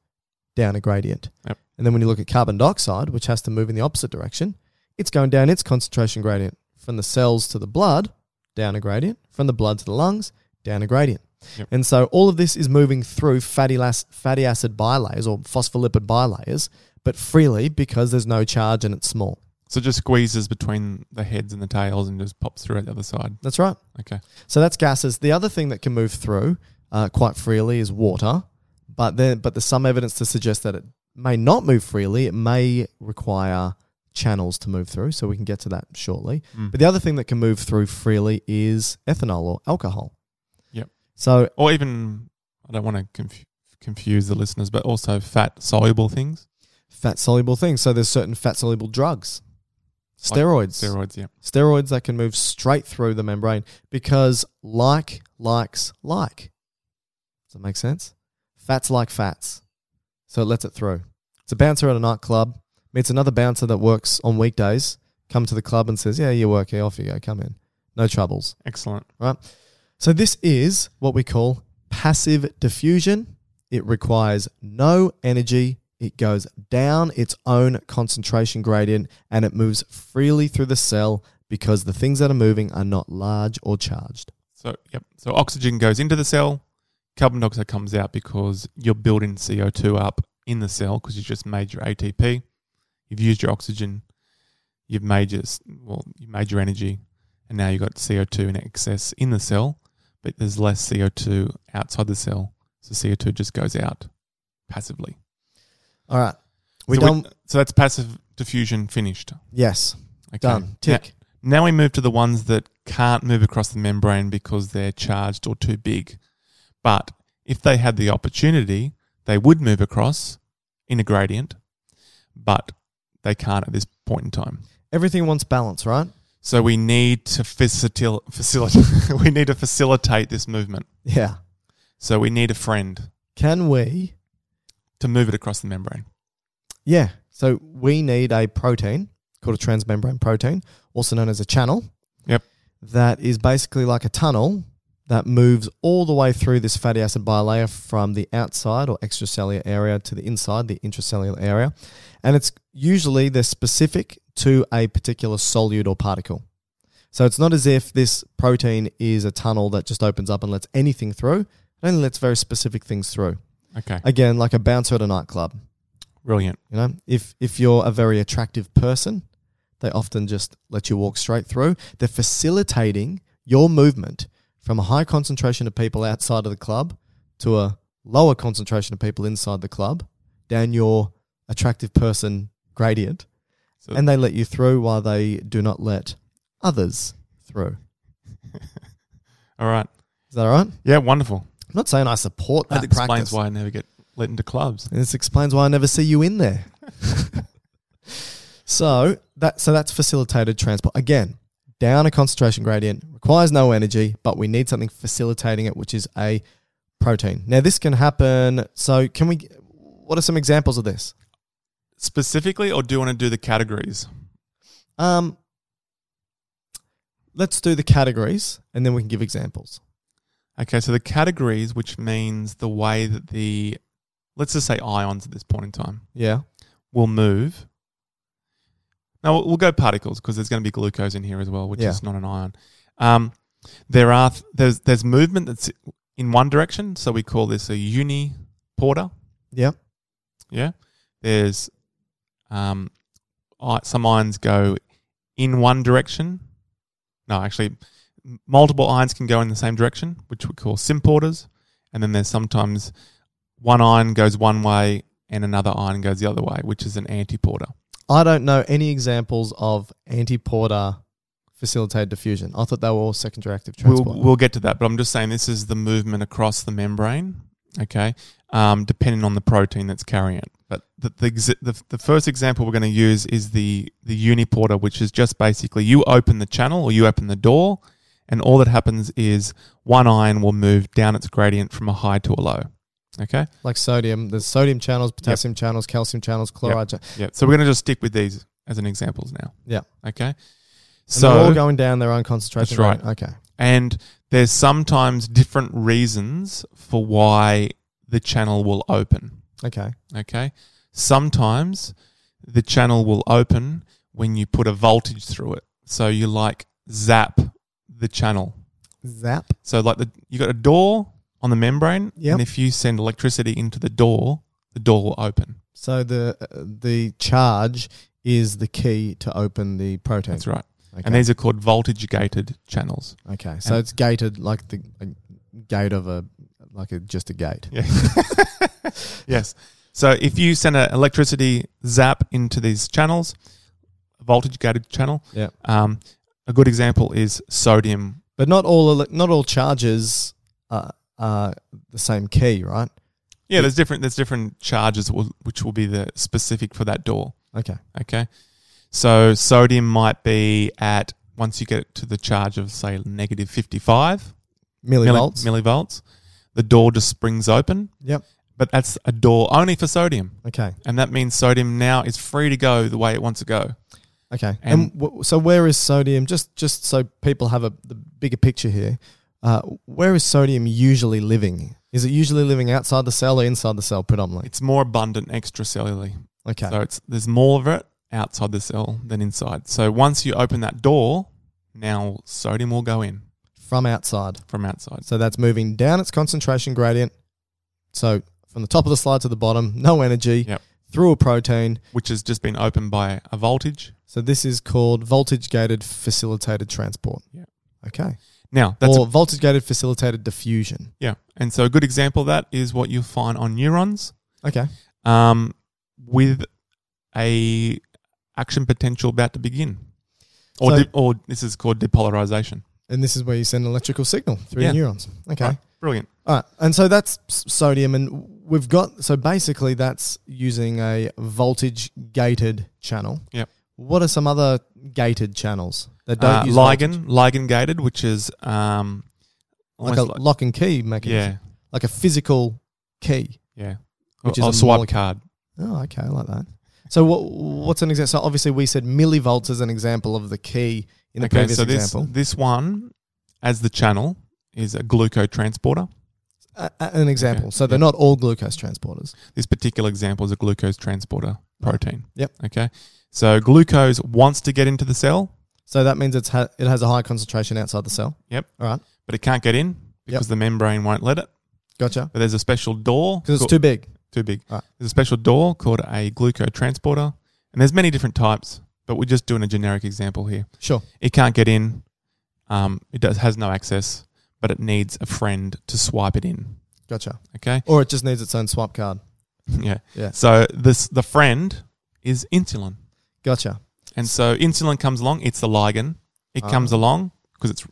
Speaker 1: down a gradient.
Speaker 2: Yep.
Speaker 1: And then when you look at carbon dioxide, which has to move in the opposite direction, it's going down its concentration gradient. From the cells to the blood, down a gradient. From the blood to the lungs, down a gradient.
Speaker 2: Yep.
Speaker 1: And so all of this is moving through fatty, las- fatty acid bilayers or phospholipid bilayers, but freely because there's no charge and it's small.
Speaker 2: So it just squeezes between the heads and the tails and just pops through at the other side.
Speaker 1: That's right.
Speaker 2: Okay.
Speaker 1: So that's gases. The other thing that can move through uh, quite freely is water, but there, but there's some evidence to suggest that it may not move freely. It may require channels to move through, so we can get to that shortly. But the other thing that can move through freely is ethanol or alcohol.
Speaker 2: Yep.
Speaker 1: So
Speaker 2: Or even, I don't want to conf- confuse the listeners, but also fat soluble things.
Speaker 1: fat soluble things. So there's certain fat soluble drugs, steroids.
Speaker 2: Steroids, yeah.
Speaker 1: steroids that can move straight through the membrane because like likes like. Does that make sense? Fats like fats. So it lets it through. It's a bouncer at a nightclub, meets another bouncer that works on weekdays, come to the club and says, Yeah, you work here, off you go, come in. No troubles,
Speaker 2: Excellent.
Speaker 1: right? So this is what we call passive diffusion. It requires no energy. It goes down its own concentration gradient and it moves freely through the cell because the things that are moving are not large or charged.
Speaker 2: So, yep. So oxygen goes into the cell, carbon dioxide comes out because you're building CO2 up in the cell because you just made your ATP. You've used your oxygen, you've made your, s- well, you made your energy, and now you've got CO2 in excess in the cell, but there's less CO2 outside the cell. So CO2 just goes out passively.
Speaker 1: All right. We
Speaker 2: so
Speaker 1: done.
Speaker 2: so that's passive diffusion finished.
Speaker 1: yes.
Speaker 2: Okay.
Speaker 1: Done.
Speaker 2: Now-
Speaker 1: Tick.
Speaker 2: Now we move to the ones that can't move across the membrane because they're charged or too big. But if they had the opportunity, they would move across in a gradient, but they can't at this point in time.
Speaker 1: Everything wants balance, right?
Speaker 2: So we need to facil- facilitate (laughs) we need to facilitate this movement.
Speaker 1: Yeah.
Speaker 2: So we need a friend
Speaker 1: Can we?
Speaker 2: to move it across the membrane.
Speaker 1: Yeah. So we need a protein called a transmembrane protein, also known as a channel.
Speaker 2: Yep.
Speaker 1: that is basically like a tunnel that moves all the way through this fatty acid bilayer from the outside or extracellular area to the inside, the intracellular area. And it's usually they're specific to a particular solute or particle. So it's not as if this protein is a tunnel that just opens up and lets anything through. It only lets very specific things through.
Speaker 2: Okay.
Speaker 1: Again, like a bouncer at a nightclub.
Speaker 2: Brilliant.
Speaker 1: You know, if if you're a very attractive person, they often just let you walk straight through. They're facilitating your movement from a high concentration of people outside of the club to a lower concentration of people inside the club down your attractive person gradient,
Speaker 2: So
Speaker 1: and they let you through while they do not let others through.
Speaker 2: all right.
Speaker 1: Is that all right? I'm
Speaker 2: Yeah, wonderful.
Speaker 1: not saying I support that,
Speaker 2: That explains
Speaker 1: practice.
Speaker 2: why I never get let into clubs.
Speaker 1: And this explains why I never see you in
Speaker 2: (laughs)
Speaker 1: there. so that so that's facilitated transport. Again, down a concentration gradient, requires no energy, but we need something facilitating it, which is a protein. Now this can happen. So can we what are some examples of this?
Speaker 2: Specifically, or do you want to do the categories?
Speaker 1: Um let's do the categories and then we can give examples.
Speaker 2: Okay, so the categories, which means the way that the, let's just say ions at this point in time,
Speaker 1: Yeah.
Speaker 2: will move. Now we'll- we'll go particles because there's going to be glucose in here as well, which
Speaker 1: Yeah.
Speaker 2: is not an ion. Um, there are th- there's there's movement that's in one direction, so we call this a uniporter.
Speaker 1: Yeah.
Speaker 2: Yeah, there's um, I, some ions go in one direction. No, actually, m- multiple ions can go in the same direction, which we call symporters, and And then there's sometimes one ion goes one way and another ion goes the other way, which is an antiporter.
Speaker 1: I don't know any examples of anti-porter facilitated diffusion. I thought they were all secondary active
Speaker 2: We'll,
Speaker 1: transport.
Speaker 2: we'll get to that, but I'm just saying this is the movement across the membrane, okay, um, depending on the protein that's carrying it. But the, the, ex- the, the first example we're going to use is the, the uniporter, which is just basically you open the channel or you open the door, and all that happens is one ion will move down its gradient from a high to a low, okay?
Speaker 1: like sodium, there's sodium channels, potassium channels, calcium channels, chloride. cha-
Speaker 2: Yeah. So we're going to just stick with these as an examples now,
Speaker 1: Yeah.
Speaker 2: okay?
Speaker 1: And they're all going down their own concentration.
Speaker 2: That's
Speaker 1: rate. Okay.
Speaker 2: And there's sometimes different reasons for why the channel will open.
Speaker 1: Okay.
Speaker 2: Okay. Sometimes the channel will open when you put a voltage through it. So you like zap the channel.
Speaker 1: Zap.
Speaker 2: So like the you got a door on the membrane,
Speaker 1: Yep.
Speaker 2: and if you send electricity into the door, the door will open.
Speaker 1: So the uh, the charge is the key to open the protein.
Speaker 2: That's right.
Speaker 1: Okay.
Speaker 2: And these are called voltage gated channels.
Speaker 1: okay. So
Speaker 2: and-
Speaker 1: it's gated like the a gate of a like a just a gate.
Speaker 2: Yeah. (laughs) yes. So if you send an electricity zap into these channels, voltage gated channel,
Speaker 1: Yeah.
Speaker 2: um, a good example is sodium.
Speaker 1: But not all ele- not all charges are, are the same key, right?
Speaker 2: Yeah, there's different there's different charges will, which will be the specific for that door.
Speaker 1: Okay.
Speaker 2: Okay, so sodium might be at once you get to the charge of say negative 55
Speaker 1: Millivolts.
Speaker 2: milli- millivolts, the door just springs open.
Speaker 1: yep.
Speaker 2: But that's a door only for sodium,
Speaker 1: Okay.
Speaker 2: and that means sodium now is free to go the way it wants to go.
Speaker 1: Okay. And,
Speaker 2: And-
Speaker 1: w- so where is sodium? Just just so people have a the bigger picture here. Uh, where is sodium usually living? Is it usually living outside the cell or inside the cell predominantly?
Speaker 2: It's more abundant extracellularly.
Speaker 1: Okay.
Speaker 2: So it's there's more of it outside the cell than inside. So once you open that door, now sodium will go in
Speaker 1: From outside.
Speaker 2: from outside.
Speaker 1: So that's moving down its concentration gradient. So from the top of the slide to the bottom, no energy,
Speaker 2: Yep.
Speaker 1: through a protein.
Speaker 2: Which has just been opened by a voltage.
Speaker 1: So this is called voltage gated facilitated transport.
Speaker 2: Yeah.
Speaker 1: Okay.
Speaker 2: Now that's
Speaker 1: or
Speaker 2: a,
Speaker 1: voltage gated facilitated diffusion.
Speaker 2: yeah. And so a good example of that is what you'll find on neurons
Speaker 1: Okay.
Speaker 2: um, with a action potential about to begin. Or,
Speaker 1: So-
Speaker 2: de- or this is called depolarization.
Speaker 1: And this is where you send an electrical signal through
Speaker 2: Yeah.
Speaker 1: the neurons. Okay.
Speaker 2: Right. Brilliant.
Speaker 1: All right, and so that's s- sodium, and we've got so basically that's using a voltage gated channel.
Speaker 2: Yep.
Speaker 1: What are some other gated channels that don't
Speaker 2: Uh,
Speaker 1: use voltage?
Speaker 2: ligand, ligand gated, which is um,
Speaker 1: like
Speaker 2: almost
Speaker 1: a lock and key mechanism,
Speaker 2: yeah,
Speaker 1: like a physical key?
Speaker 2: yeah,
Speaker 1: Which
Speaker 2: Or-
Speaker 1: is
Speaker 2: or
Speaker 1: a
Speaker 2: swipe
Speaker 1: molec-
Speaker 2: card.
Speaker 1: Oh, okay, I like that. So what, what's an example? So obviously we said millivolts is an example of the key in the previous
Speaker 2: so this,
Speaker 1: example.
Speaker 2: This one, as the channel, is a glucotransporter.
Speaker 1: A- a- an example.
Speaker 2: Okay,
Speaker 1: So they're
Speaker 2: yeah.
Speaker 1: not all glucose transporters.
Speaker 2: This particular example is a glucose transporter protein.
Speaker 1: Yep.
Speaker 2: Okay. So glucose wants to get into the cell.
Speaker 1: So that means it's ha- it has a high concentration outside the cell.
Speaker 2: Yep.
Speaker 1: All right,
Speaker 2: But it can't get in because the membrane won't let it.
Speaker 1: gotcha.
Speaker 2: But there's a special door
Speaker 1: Because it's
Speaker 2: called-
Speaker 1: too big.
Speaker 2: too big.
Speaker 1: Right.
Speaker 2: There's a special door called a glucotransporter, and there's many different types. But we're just doing a generic example here.
Speaker 1: Sure.
Speaker 2: It can't get in. Um, it does has no access, but it needs a friend to swipe it in.
Speaker 1: Gotcha.
Speaker 2: Okay. (laughs)
Speaker 1: Or it just needs its own swap card.
Speaker 2: yeah.
Speaker 1: Yeah.
Speaker 2: So this the friend is insulin,
Speaker 1: Gotcha.
Speaker 2: and so insulin comes along. It's the ligand. It comes
Speaker 1: Ah.
Speaker 2: along because it's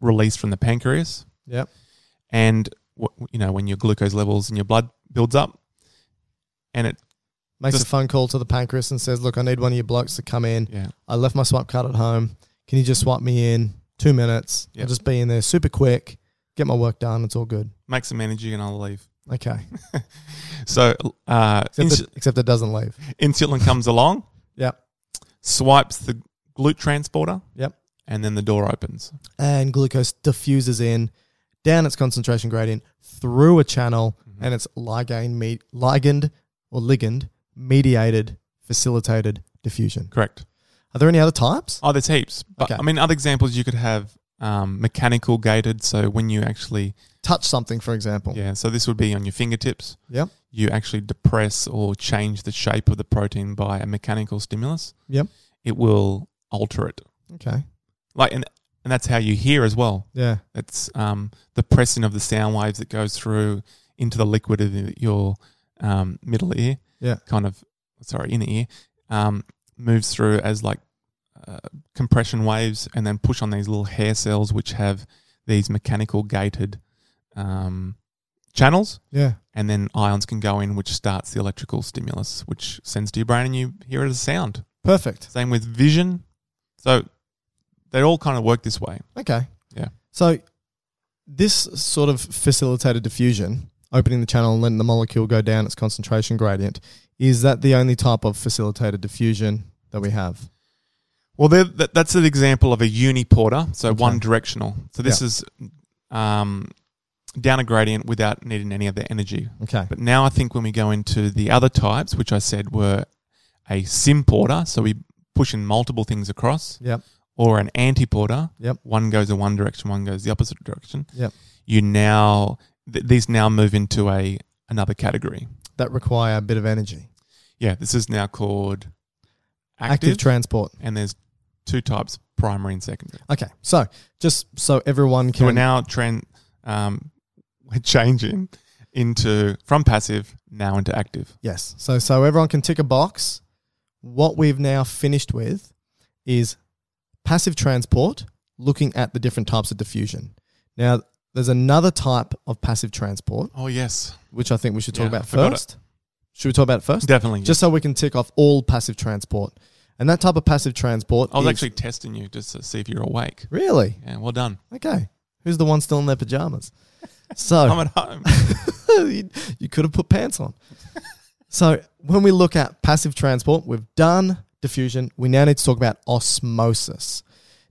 Speaker 2: released from the pancreas,
Speaker 1: Yep.
Speaker 2: and wh- you know when your glucose levels in your blood builds up, and it
Speaker 1: Makes
Speaker 2: Just-
Speaker 1: a phone call to the pancreas and says, Look, I need one of your blokes to come in.
Speaker 2: yeah
Speaker 1: I left my swap card at home. Can you just swap me in? Two minutes.
Speaker 2: Yep.
Speaker 1: I'll just be in there super quick, get my work done. It's all good.
Speaker 2: make some energy, and I'll leave. (laughs)
Speaker 1: Okay.
Speaker 2: So uh,
Speaker 1: Except,
Speaker 2: insu-
Speaker 1: it, except it doesn't leave.
Speaker 2: insulin comes along,
Speaker 1: Yep.
Speaker 2: swipes the glute transporter,
Speaker 1: Yep.
Speaker 2: and then the door opens.
Speaker 1: And glucose diffuses in down its concentration gradient through a channel
Speaker 2: Mm-hmm.
Speaker 1: and it's ligand, me- ligand or ligand mediated facilitated diffusion.
Speaker 2: Correct.
Speaker 1: Are there any other types?
Speaker 2: Oh, there's heaps. But
Speaker 1: Okay.
Speaker 2: I mean, other examples you could have um, mechanical gated. So when you actually,
Speaker 1: Touch something, for example.
Speaker 2: yeah, so this would be on your fingertips.
Speaker 1: Yep.
Speaker 2: You actually depress or change the shape of the protein by a mechanical stimulus.
Speaker 1: Yep.
Speaker 2: It will alter it.
Speaker 1: Okay.
Speaker 2: Like an and that's how you hear as well.
Speaker 1: Yeah.
Speaker 2: It's um, the pressing of the sound waves that goes through into the liquid of the- your um, middle ear,
Speaker 1: Yeah.
Speaker 2: kind of sorry inner ear, um, moves through as like uh, compression waves, and then push on these little hair cells which have these mechanical gated um, channels,
Speaker 1: Yeah.
Speaker 2: and then ions can go in, which starts the electrical stimulus, which sends to your brain, and you hear it as a sound.
Speaker 1: Perfect.
Speaker 2: Same with vision. So they all kind of work this way.
Speaker 1: Okay.
Speaker 2: Yeah.
Speaker 1: So this sort of facilitated diffusion, opening the channel and letting the molecule go down its concentration gradient, is that the only type of facilitated diffusion that we have?
Speaker 2: Well, they're- that, that's an example of a uniporter, so
Speaker 1: Okay.
Speaker 2: one directional. So this is um, down a gradient without needing any of the energy.
Speaker 1: Okay.
Speaker 2: But now I think when we go into the other types, which I said were a symporter, so we push in multiple things across,
Speaker 1: Yep.
Speaker 2: or an antiporter,
Speaker 1: Yep.
Speaker 2: one goes in one direction, one goes the opposite direction.
Speaker 1: Yep.
Speaker 2: You now th- these now move into a another category.
Speaker 1: That require a bit of energy.
Speaker 2: Yeah, this is now called
Speaker 1: Active,
Speaker 2: active,
Speaker 1: transport.
Speaker 2: and there's two types, primary and secondary.
Speaker 1: Okay. So just so everyone
Speaker 2: So
Speaker 1: can
Speaker 2: we're now trend um, (laughs) we're changing into from passive now into active.
Speaker 1: Yes. So so everyone can tick a box. What we've now finished with is passive transport, looking at the different types of diffusion. Now there's another type of passive transport,
Speaker 2: Oh yes,
Speaker 1: which I think we should talk
Speaker 2: Yeah, I
Speaker 1: about
Speaker 2: forgot
Speaker 1: first. Should we talk about it first?
Speaker 2: definitely.
Speaker 1: Just so we can tick off all passive transport. And that type of passive transport
Speaker 2: I was
Speaker 1: is-
Speaker 2: actually testing you just to see if you're awake.
Speaker 1: Really?
Speaker 2: Yeah, well done.
Speaker 1: Okay. Who's the one still in their
Speaker 2: (laughs)
Speaker 1: pajamas? So
Speaker 2: I'm at home.
Speaker 1: (laughs) you, you could have put pants on. so when we look at passive transport, we've done diffusion. We now need to talk about osmosis.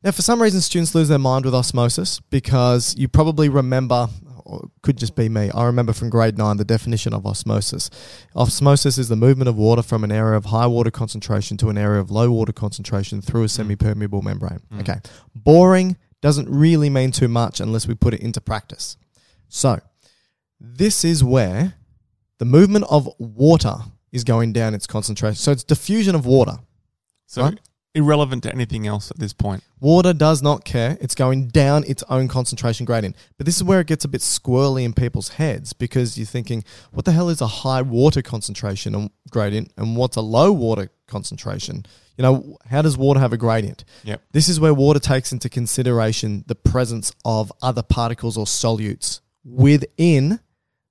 Speaker 1: Now, for some reason, students lose their mind with osmosis because you probably remember, or it could just be me, I remember from grade nine the definition of osmosis. Osmosis is the movement of water from an area of high water concentration to an area of low water concentration through a semi permeable membrane. Okay. Boring doesn't really mean too much unless we put it into practice. So, this is where the movement of water is going down its concentration. So it's diffusion of water.
Speaker 2: So
Speaker 1: Right.
Speaker 2: irrelevant to anything else at this point.
Speaker 1: Water does not care. It's going down its own concentration gradient. But this is where it gets a bit squirrely in people's heads because you're thinking, what the hell is a high water concentration and gradient and what's a low water concentration? You know, how does water have a gradient?
Speaker 2: Yep.
Speaker 1: This is where water takes into consideration the presence of other particles or solutes within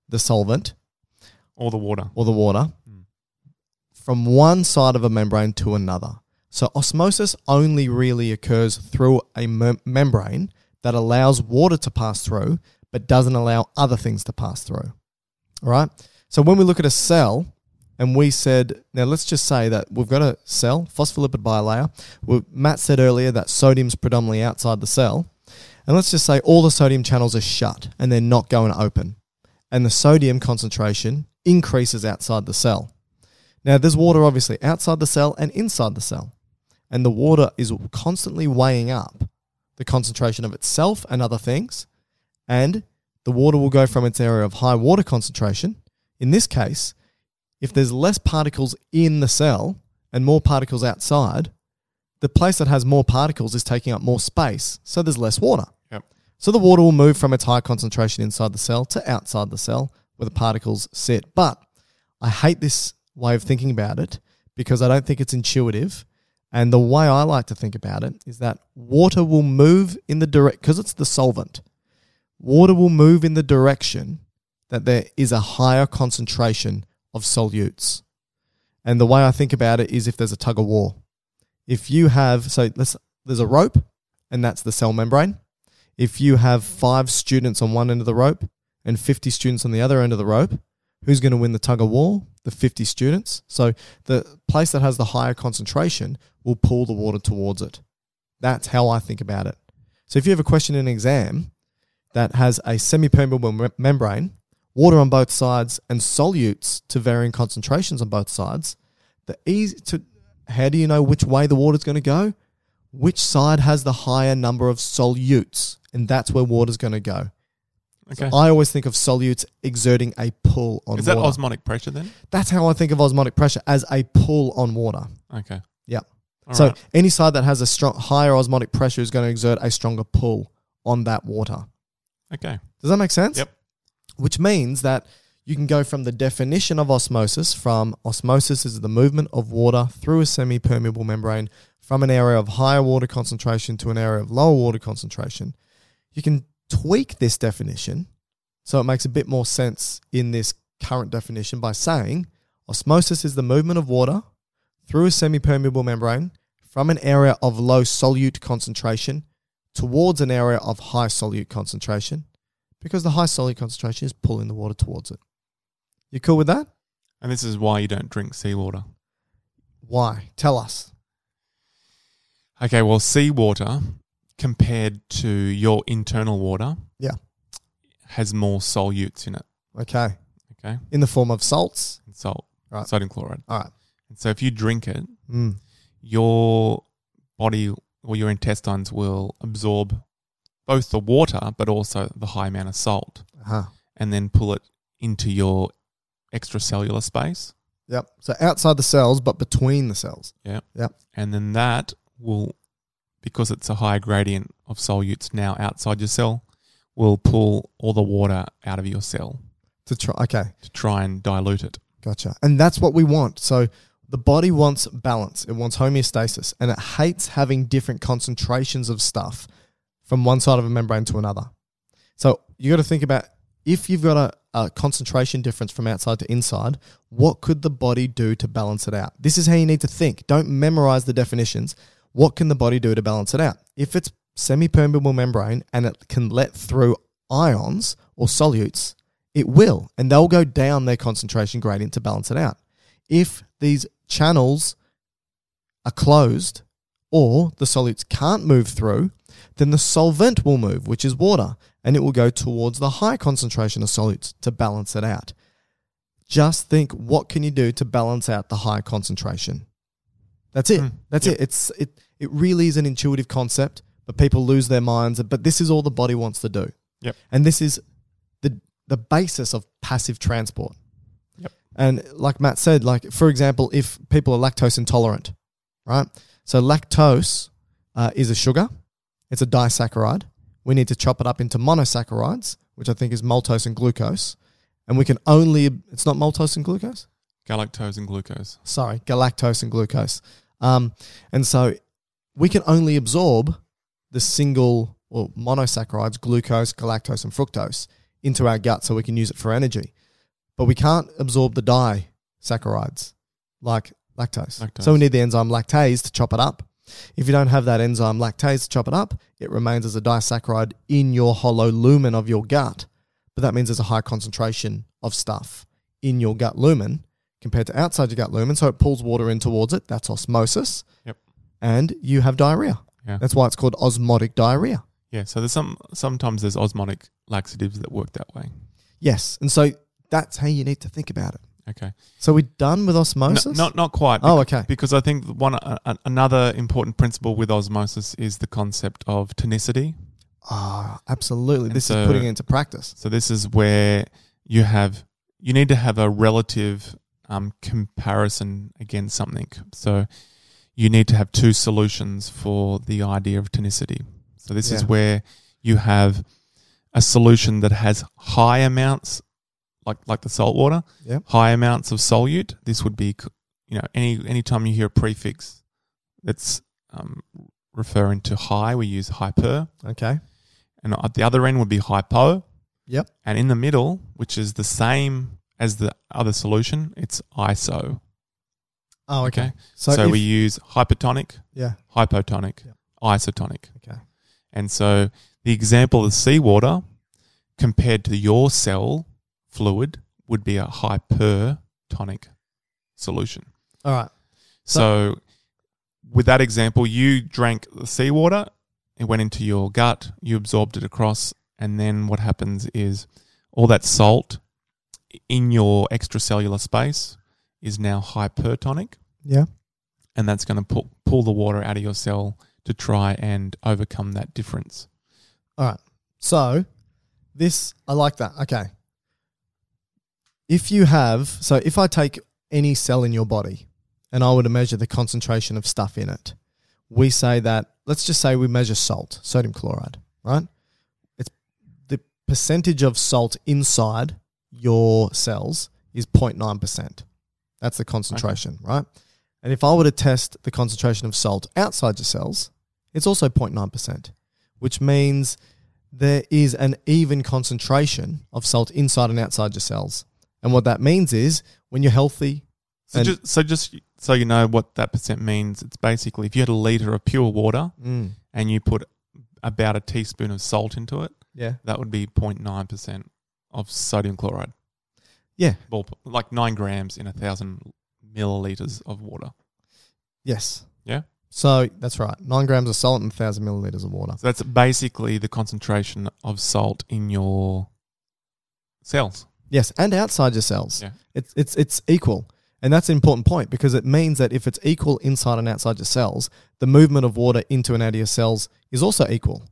Speaker 1: the solvent
Speaker 2: All the water.
Speaker 1: or the water from one side of a membrane to another. So osmosis only really occurs through a mem- membrane that allows water to pass through but doesn't allow other things to pass through. All right? So when we look at a cell and we said now let's just say that we've got a cell phospholipid bilayer. We- Matt said earlier that sodium's predominantly outside the cell. And let's just say all the sodium channels are shut and they're not going open and the sodium concentration increases outside the cell. Now, there's water obviously outside the cell and inside the cell, and the water is constantly weighing up the concentration of itself and other things, and the water will go from its area of high water concentration. In this case, if there's less particles in the cell and more particles outside, the place that has more particles is taking up more space, so there's less water.
Speaker 2: Yep.
Speaker 1: So the water will move from its high concentration inside the cell to outside the cell where the particles sit. But I hate this way of thinking about it because I don't think it's intuitive. And the way I like to think about it is that water will move in the direct because it's the solvent. Water will move in the direction that there is a higher concentration of solutes. And the way I think about it is if there's a tug of war. If you have so let's there's a rope and that's the cell membrane if you have five students on one end of the rope and 50 students on the other end of the rope, who's going to win the tug of war? The 50 students. So the place that has the higher concentration will pull the water towards it. That's how I think about it. So if you have a question in an exam that has a semi-permeable mem- membrane, water on both sides, and solutes to varying concentrations on both sides, the easy to how do you know which way the water's going to go? which side has the higher number of solutes, and that's where water's going to go.
Speaker 2: Okay.
Speaker 1: I always think of solutes exerting a pull on
Speaker 2: Is that
Speaker 1: water.
Speaker 2: osmotic pressure then?
Speaker 1: that's how I think of osmotic pressure as a pull on water.
Speaker 2: Okay.
Speaker 1: Yeah.
Speaker 2: All
Speaker 1: so
Speaker 2: right.
Speaker 1: any side that has a strong, higher osmotic pressure is going to exert a stronger pull on that water.
Speaker 2: Okay.
Speaker 1: Does that make sense?
Speaker 2: Yep.
Speaker 1: Which means that you can go from the definition of osmosis from osmosis is the movement of water through a semi permeable membrane from an area of higher water concentration to an area of lower water concentration. You can tweak this definition so it makes a bit more sense in this current definition by saying osmosis is the movement of water through a semi permeable membrane from an area of low solute concentration towards an area of high solute concentration because the high solute concentration is pulling the water towards it. You cool with that?
Speaker 2: And this is why you don't drink seawater.
Speaker 1: Why? Tell us.
Speaker 2: Okay, well, seawater compared to your internal water
Speaker 1: Yeah.
Speaker 2: has more solutes in it,
Speaker 1: Okay.
Speaker 2: okay?
Speaker 1: In the form of salts.
Speaker 2: And salt,
Speaker 1: Right.
Speaker 2: sodium chloride.
Speaker 1: All right.
Speaker 2: And so if you drink it,
Speaker 1: Mm.
Speaker 2: your body or your intestines will absorb both the water but also the high amount of salt
Speaker 1: Uh-huh.
Speaker 2: and then pull it into your extracellular space.
Speaker 1: Yep. So outside the cells, but between the cells.
Speaker 2: Yeah.
Speaker 1: Yep.
Speaker 2: And then that will, because it's a high gradient of solutes now outside your cell, will pull all the water out of your cell
Speaker 1: To try. Okay.
Speaker 2: to try and dilute it.
Speaker 1: Gotcha. And that's what we want. So the body wants balance, it wants homeostasis, and it hates having different concentrations of stuff from one side of a membrane to another. So you got to think about if you've got a, a concentration difference from outside to inside, what could the body do to balance it out? This is how you need to think. Don't memorize the definitions. What can the body do to balance it out? If it's semi permeable membrane and it can let through ions or solutes, it will, and they'll go down their concentration gradient to balance it out. If these channels are closed or the solutes can't move through, then the solvent will move, which is water, and it will go towards the high concentration of solutes to balance it out. Just think what can you do to balance out the high concentration? That's it.
Speaker 2: Hmm.
Speaker 1: That's
Speaker 2: Yep.
Speaker 1: it. It's it it really is an intuitive concept, but people lose their minds, but this is all the body wants to do.
Speaker 2: Yep.
Speaker 1: And this is the the basis of passive transport.
Speaker 2: Yep.
Speaker 1: And like Matt said, like for example, if people are lactose intolerant, right? So lactose uh, is a sugar. It's a disaccharide. We need to chop it up into monosaccharides, which I think is maltose and glucose. And we can only it's not maltose and glucose.
Speaker 2: Galactose and glucose.
Speaker 1: Sorry, galactose and glucose. Um, and so we can only absorb the single or monosaccharides, glucose, galactose, and fructose into our gut so we can use it for energy. But we can't absorb the disaccharides like lactose.
Speaker 2: Lactose.
Speaker 1: So we need the enzyme lactase to chop it up. If you don't have that enzyme lactase to chop it up, it remains as a disaccharide in your hollow lumen of your gut. But that means there's a high concentration of stuff in your gut lumen compared to outside your gut lumen. So it pulls water in towards it. That's osmosis
Speaker 2: Yep.
Speaker 1: and you have diarrhea.
Speaker 2: Yeah.
Speaker 1: That's why it's called osmotic diarrhea.
Speaker 2: Yeah. So there's some sometimes there's osmotic laxatives that work that way.
Speaker 1: Yes. And so that's how you need to think about it.
Speaker 2: Okay.
Speaker 1: So we're done with
Speaker 2: No,
Speaker 1: osmosis?
Speaker 2: not not quite.
Speaker 1: Oh,
Speaker 2: bec-
Speaker 1: okay.
Speaker 2: Because I think one a- a- another important principle with osmosis is the concept of tonicity.
Speaker 1: Ah, absolutely.
Speaker 2: And
Speaker 1: This
Speaker 2: so-
Speaker 1: is putting it into practice.
Speaker 2: So this is where you have you need to have a relative um, comparison against something. So you need to have two solutions for the idea of tonicity. So this is
Speaker 1: Yeah.
Speaker 2: where you have a solution that has high amounts, like like the salt water,
Speaker 1: Yep.
Speaker 2: high amounts of solute. This would be, c- you know, any any time you hear a prefix that's um, referring to high, we use hyper,
Speaker 1: Okay.
Speaker 2: and at the other end would be hypo.
Speaker 1: Yep.
Speaker 2: And in the middle, which is the same as the other solution, it's ISO.
Speaker 1: Oh, okay.
Speaker 2: Okay.
Speaker 1: So,
Speaker 2: So,
Speaker 1: if-
Speaker 2: we use hypertonic,
Speaker 1: yeah.
Speaker 2: hypotonic,
Speaker 1: Yep.
Speaker 2: isotonic.
Speaker 1: Okay.
Speaker 2: And so the example of seawater compared to your cell fluid would be a hypertonic solution.
Speaker 1: All right.
Speaker 2: So, with that example, you drank the seawater, it went into your gut, you absorbed it across, and then what happens is all that salt in your extracellular space is now hypertonic,
Speaker 1: Yeah.
Speaker 2: and that's going to pull, pull the water out of your cell to try and overcome that difference.
Speaker 1: All right. So this, I like that. Okay. If you have, so if I take any cell in your body and I were to measure the concentration of stuff in it, we say that, let's just say we measure salt, sodium chloride, right? It's the percentage of salt inside your cells is 0.9%. That's the concentration, right? And if I were to test the concentration of salt outside your cells, it's also 0.9%, which means there is an even concentration of salt inside and outside your cells. And what that means is when you're healthy,
Speaker 2: So
Speaker 1: And-
Speaker 2: just so just so you know what that percent means, it's basically if you had a liter of pure water and you put about a teaspoon of salt into it,
Speaker 1: yeah,
Speaker 2: that would be 0.9 percent of sodium chloride,
Speaker 1: yeah,
Speaker 2: Ball- like nine grams in a thousand milliliters of water.
Speaker 1: yes.
Speaker 2: Yeah,
Speaker 1: So that's right. Nine grams of salt and 1,000 milliliters of water.
Speaker 2: so that's basically the concentration of salt in your cells.
Speaker 1: Yes, and outside your cells.
Speaker 2: Yeah.
Speaker 1: It's, it's, it's equal. And that's an important point because it means that if it's equal inside and outside your cells, the movement of water into and out of your cells is also equal.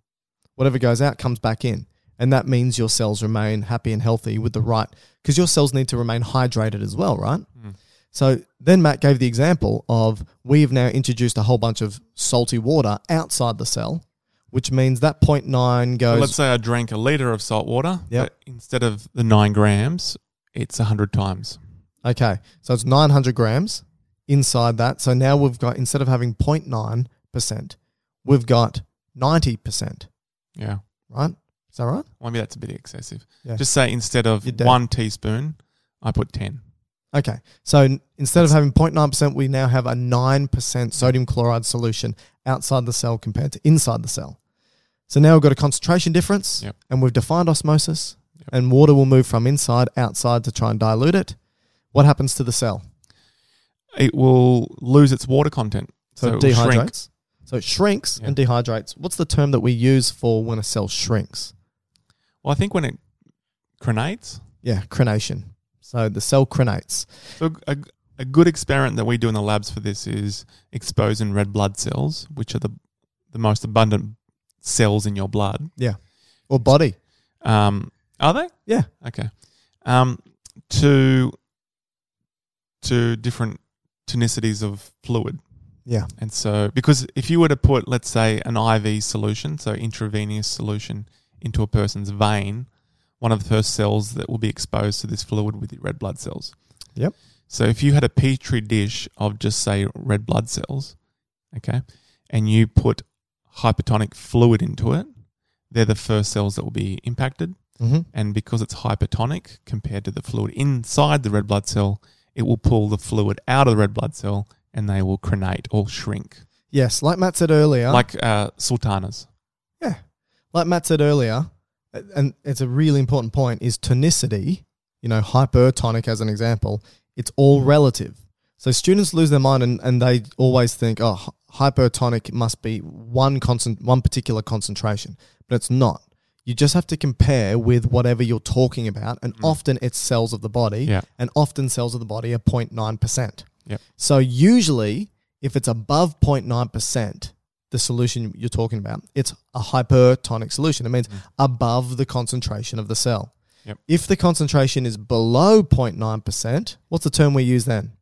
Speaker 1: Whatever goes out comes back in. And that means your cells remain happy and healthy with the right, because your cells need to remain hydrated as well, right?
Speaker 2: Hmm.
Speaker 1: So then Matt gave the example of we've now introduced a whole bunch of salty water outside the cell, which means that 0.9
Speaker 2: So
Speaker 1: goes.
Speaker 2: let's say I drank a liter of salt water.
Speaker 1: Yep.
Speaker 2: but Instead of the nine grams, it's a hundred times.
Speaker 1: Okay, so it's 900 grams inside that. So now we've got, instead of having 0.9%, we've got 90%,
Speaker 2: Yeah.
Speaker 1: right? Is that right?
Speaker 2: Well, maybe that's a bit excessive.
Speaker 1: Yeah.
Speaker 2: Just say instead of
Speaker 1: You're dead.
Speaker 2: one teaspoon, I put 10.
Speaker 1: Okay, so n- instead of having 0.9%, we now have a 9% sodium chloride solution outside the cell compared to inside the cell. So now we've got a concentration difference
Speaker 2: Yep.
Speaker 1: and we've defined osmosis and water will move from inside outside to try and dilute it. What happens to the cell?
Speaker 2: It will lose its water content.
Speaker 1: So, it
Speaker 2: it will
Speaker 1: dehydrates.
Speaker 2: shrink.
Speaker 1: So it shrinks
Speaker 2: Yeah.
Speaker 1: and dehydrates. What's the term that we use for when a cell shrinks?
Speaker 2: Well, I think when it crenates,
Speaker 1: Yeah, crenation. So the cell crenates.
Speaker 2: so a, a good experiment that we do in the labs for this is exposing red blood cells, which are the, the most abundant cells in your blood.
Speaker 1: Yeah. Or body.
Speaker 2: Um, are they?
Speaker 1: Yeah.
Speaker 2: Okay. Um, to, to different tonicities of fluid.
Speaker 1: Yeah.
Speaker 2: And so, because if you were to put, let's say, an IV solution, so intravenous solution, into a person's vein, one of the first cells that will be exposed to this fluid with the red blood cells.
Speaker 1: Yep.
Speaker 2: So, if you had a petri dish of just say red blood cells, okay, and you put hypertonic fluid into it, they're the first cells that will be impacted.
Speaker 1: Mm-hmm.
Speaker 2: And because it's hypertonic compared to the fluid inside the red blood cell, it will pull the fluid out of the red blood cell and they will crenate or shrink.
Speaker 1: Yes, like Matt said earlier.
Speaker 2: Like uh, sultanas.
Speaker 1: yeah, like Matt said earlier, a- and it's a really important point is tonicity. You know, hypertonic as an example. It's all relative. So students lose their mind and, and they always think, oh, hy- hypertonic must be one constant, one particular concentration, but it's not. You just have to compare with whatever you're talking about, and often it's cells of the body,
Speaker 2: Mm. Yeah.
Speaker 1: and often cells of the body are 0.9 percent.
Speaker 2: Yep.
Speaker 1: So usually, if it's above 0.9%, the solution you're talking about, it's a hypertonic solution. It means above the concentration of the cell.
Speaker 2: Mm. Yep.
Speaker 1: If the concentration is below 0.9%, what's the term we use then?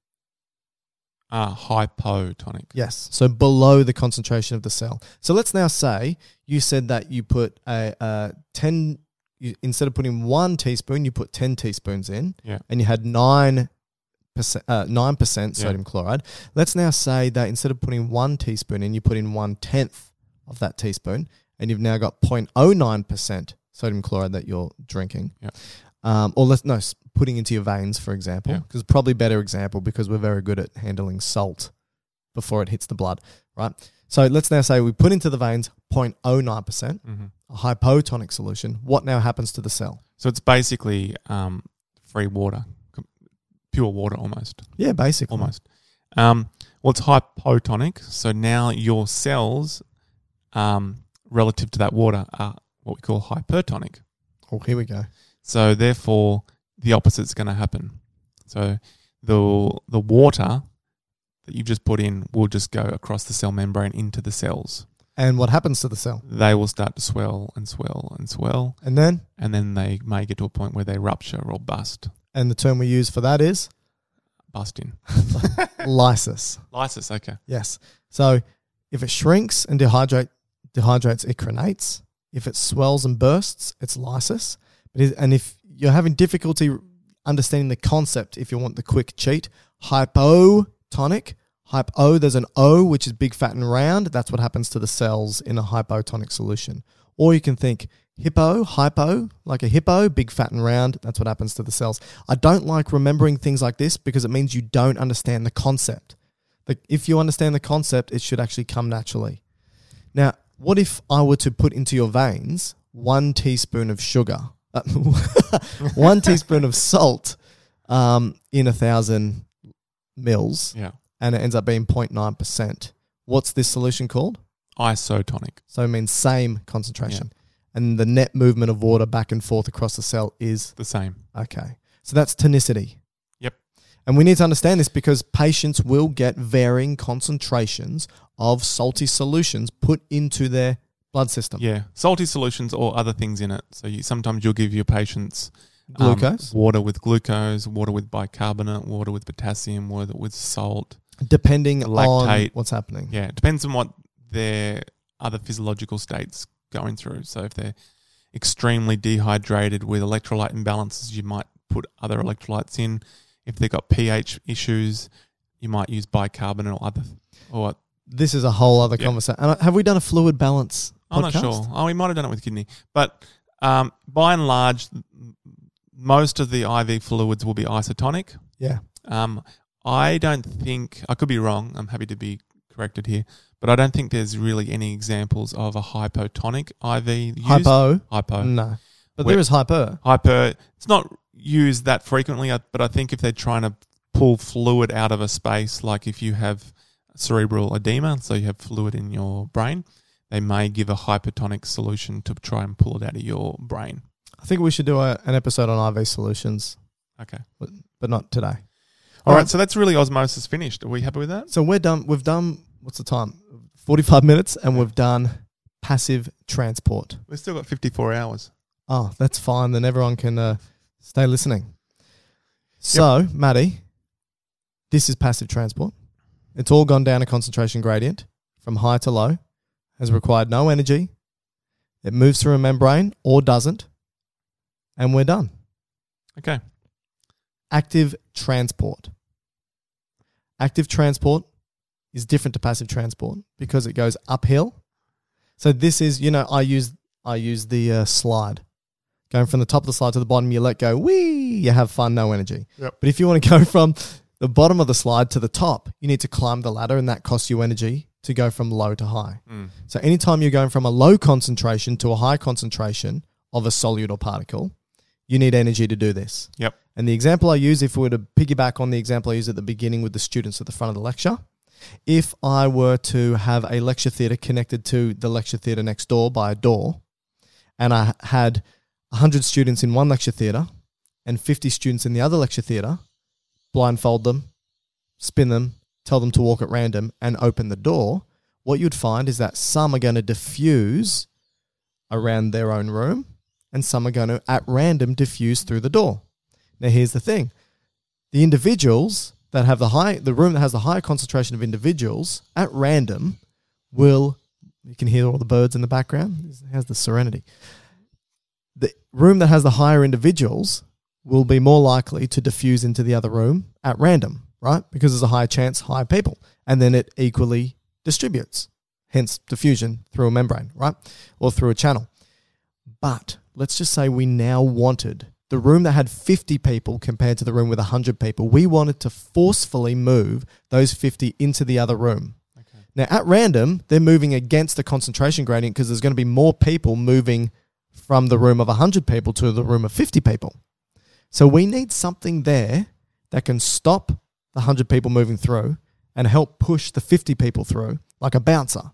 Speaker 2: Uh, hypotonic.
Speaker 1: Yes. So below the concentration of the cell. So let's now say you said that you put a, a 10, you, instead of putting one teaspoon, you put 10 teaspoons in
Speaker 2: Yeah.
Speaker 1: and you had nine percent, uh, 9%
Speaker 2: Yeah.
Speaker 1: sodium chloride. Let's now say that instead of putting one teaspoon in, you put in one tenth of that teaspoon and you've now got 0.09% sodium chloride that you're drinking.
Speaker 2: Yeah.
Speaker 1: Um, or let's, no, s- putting into your veins, for example,
Speaker 2: Yeah.
Speaker 1: because probably better example because we're very good at handling salt before it hits the blood, right? So let's now say we put into the veins 0.09%, percent
Speaker 2: Mhm.
Speaker 1: a hypotonic solution. What now happens to the cell?
Speaker 2: So it's basically um, free water, com- pure water almost.
Speaker 1: Yeah, basically.
Speaker 2: Mm-hmm. Almost. Um, well, it's hypotonic. So now your cells, um, relative to that water, are what we call hypertonic.
Speaker 1: Oh, here we go.
Speaker 2: So therefore, the opposite's going to happen. So the the water that you've just put in will just go across the cell membrane into the cells.
Speaker 1: And what happens to the cell?
Speaker 2: They will start to swell and swell and swell,
Speaker 1: And then,
Speaker 2: and then they may get to a point where they rupture or bust.
Speaker 1: and the term we use for that is
Speaker 2: busting.
Speaker 1: Lysis.
Speaker 2: (laughs) Lysis, okay.
Speaker 1: Yes. So if it shrinks and dehydrate, dehydrates, it crenates. If it swells and bursts, it's lysis. But is- and if you're having difficulty understanding the concept, if you want the quick cheat, hypotonic, hypo, there's an O, which is big, fat, and round. That's what happens to the cells in a hypotonic solution. Or you can think hippo, hypo, like a hippo, big, fat, and round. That's what happens to the cells. I don't like remembering things like this because it means you don't understand the concept. Like if you understand the concept, it should actually come naturally. Now, what if I were to put into your veins one teaspoon of sugar, uh, (laughs) one teaspoon of salt um, in a thousand mils,
Speaker 2: Yeah.
Speaker 1: and it ends up being 0.9 percent? What's this solution called?
Speaker 2: Isotonic.
Speaker 1: So it means same concentration, and the net movement of water back and forth across the cell is
Speaker 2: The same.
Speaker 1: okay. So that's tonicity.
Speaker 2: Yep.
Speaker 1: And we need to understand this because patients will get varying concentrations of salty solutions put into their blood system.
Speaker 2: Yeah. Salty solutions or other things in it. So you, sometimes you'll give your patients um,
Speaker 1: Glucose,
Speaker 2: water with glucose, water with bicarbonate, water with potassium, water with salt.
Speaker 1: depending on
Speaker 2: lactate.
Speaker 1: what's happening.
Speaker 2: Yeah, it depends on what their other physiological states going through. So if they're extremely dehydrated with electrolyte imbalances, you might put other electrolytes in. If they've got pH issues, you might use bicarbonate or other. Or
Speaker 1: This is a whole other
Speaker 2: Yeah.
Speaker 1: conversation. And I- have we done a fluid balance?
Speaker 2: I'm
Speaker 1: podcast?
Speaker 2: not sure. Oh, we might have done it with kidney, but um, by and large, most of the IV fluids will be isotonic.
Speaker 1: Yeah.
Speaker 2: Um, I don't think I could be wrong. I'm happy to be corrected here, but I don't think there's really any examples of a hypotonic IV used.
Speaker 1: Hypo? Mm.
Speaker 2: Hypo.
Speaker 1: No. But
Speaker 2: Wait.
Speaker 1: there is hyper.
Speaker 2: Hyper. It's not used that frequently, I- but I think if they're trying to pull fluid out of a space, like if you have cerebral edema, so you have fluid in your brain, they may give a hypertonic solution to try and pull it out of your brain.
Speaker 1: I think we should do a, an episode on IV solutions,
Speaker 2: Okay.
Speaker 1: but, but not today.
Speaker 2: All
Speaker 1: All
Speaker 2: right.
Speaker 1: right.
Speaker 2: So that's really osmosis finished. Are we happy with that?
Speaker 1: So we're done. We've done, what's the time? 45 minutes, and we've done passive transport.
Speaker 2: We've still got 54 hours.
Speaker 1: Oh, that's fine. Then everyone can uh, stay listening. So, Maddie, this is passive transport. It's all gone down a concentration gradient from high to low, has required no energy. It moves through a membrane or doesn't. And we're done.
Speaker 2: Okay.
Speaker 1: Active transport. Active transport is different to passive transport because it goes uphill. So this is, you know, I use I use the uh, slide. Going from the top of the slide to the bottom, you let go, wee, you have fun, no energy.
Speaker 2: Yep.
Speaker 1: But if you want to go (laughs) from the bottom of the slide to the top, you need to climb the ladder and that costs you energy to go from low to high. So anytime you're going from a low concentration to a high concentration of a solute or particle, you need energy to do this.
Speaker 2: Yep.
Speaker 1: And the example I use, if we were to piggyback on the example I used at the beginning with the students at the front of the lecture, if I were to have a lecture theatre connected to the lecture theatre next door by a door, and I had 100 students in one lecture theatre and 50 students in the other lecture theatre, blindfold them, spin them, tell them to walk at random, and open the door, what you'd find is that some are going to diffuse around their own room and some are going to at random diffuse through the door. Now here's the thing. The individuals that have the high the room that has the higher concentration of individuals at random will you can hear all the birds in the background. How's the serenity? The room that has the higher individuals will be more likely to diffuse into the other room at random, right? Because there's a higher chance, higher people. And then it equally distributes, hence diffusion through a membrane, right? Or through a channel. But let's just say we now wanted the room that had 50 people compared to the room with 100 people, we wanted to forcefully move those 50 into the other room. Now, at random, they're moving against the concentration gradient because there's going to be more people moving from the room of 100 people to the room of 50 people. So we need something there that can stop the 100 people moving through and help push the 50 people through, like a bouncer.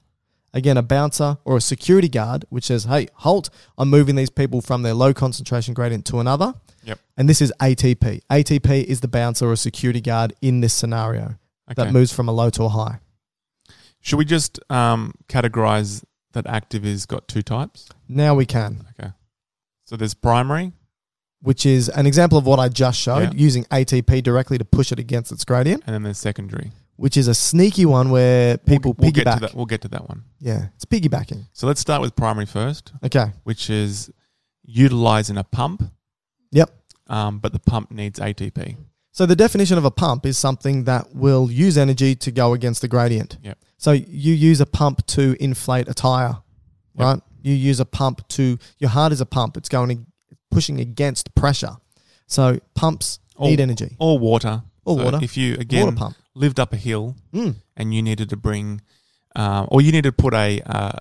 Speaker 1: Again, a bouncer or a security guard, which says, hey, halt, I'm moving these people from their low concentration gradient to another.
Speaker 2: Yep.
Speaker 1: And this is ATP. ATP is the bouncer or security guard in this scenario
Speaker 2: Okay.
Speaker 1: that moves from a low to a high.
Speaker 2: Should we just um, categorize that active is got two types?
Speaker 1: Now we can.
Speaker 2: Okay. So there's primary
Speaker 1: which is an example of what I just showed,
Speaker 2: Yeah.
Speaker 1: using ATP directly to push it against its gradient,
Speaker 2: and then there's secondary.
Speaker 1: which is a sneaky one where people
Speaker 2: we'll get
Speaker 1: piggyback.
Speaker 2: to that. We'll get to that one.
Speaker 1: yeah, it's piggybacking.
Speaker 2: So let's start with primary first,
Speaker 1: Okay.
Speaker 2: which is utilizing a pump,
Speaker 1: Yep.
Speaker 2: um, but the pump needs ATP.
Speaker 1: So the definition of a pump is something that will use energy to go against the gradient.
Speaker 2: Yep.
Speaker 1: So you use a pump to inflate a tire,
Speaker 2: Yep.
Speaker 1: right? You use a pump to your heart is a pump. It's going pushing against pressure. So pumps
Speaker 2: Or-
Speaker 1: need energy.
Speaker 2: or water,
Speaker 1: Or water.
Speaker 2: If you again
Speaker 1: Water pump.
Speaker 2: lived up a hill
Speaker 1: Mm.
Speaker 2: and you needed to bring, um, or you needed to put a uh,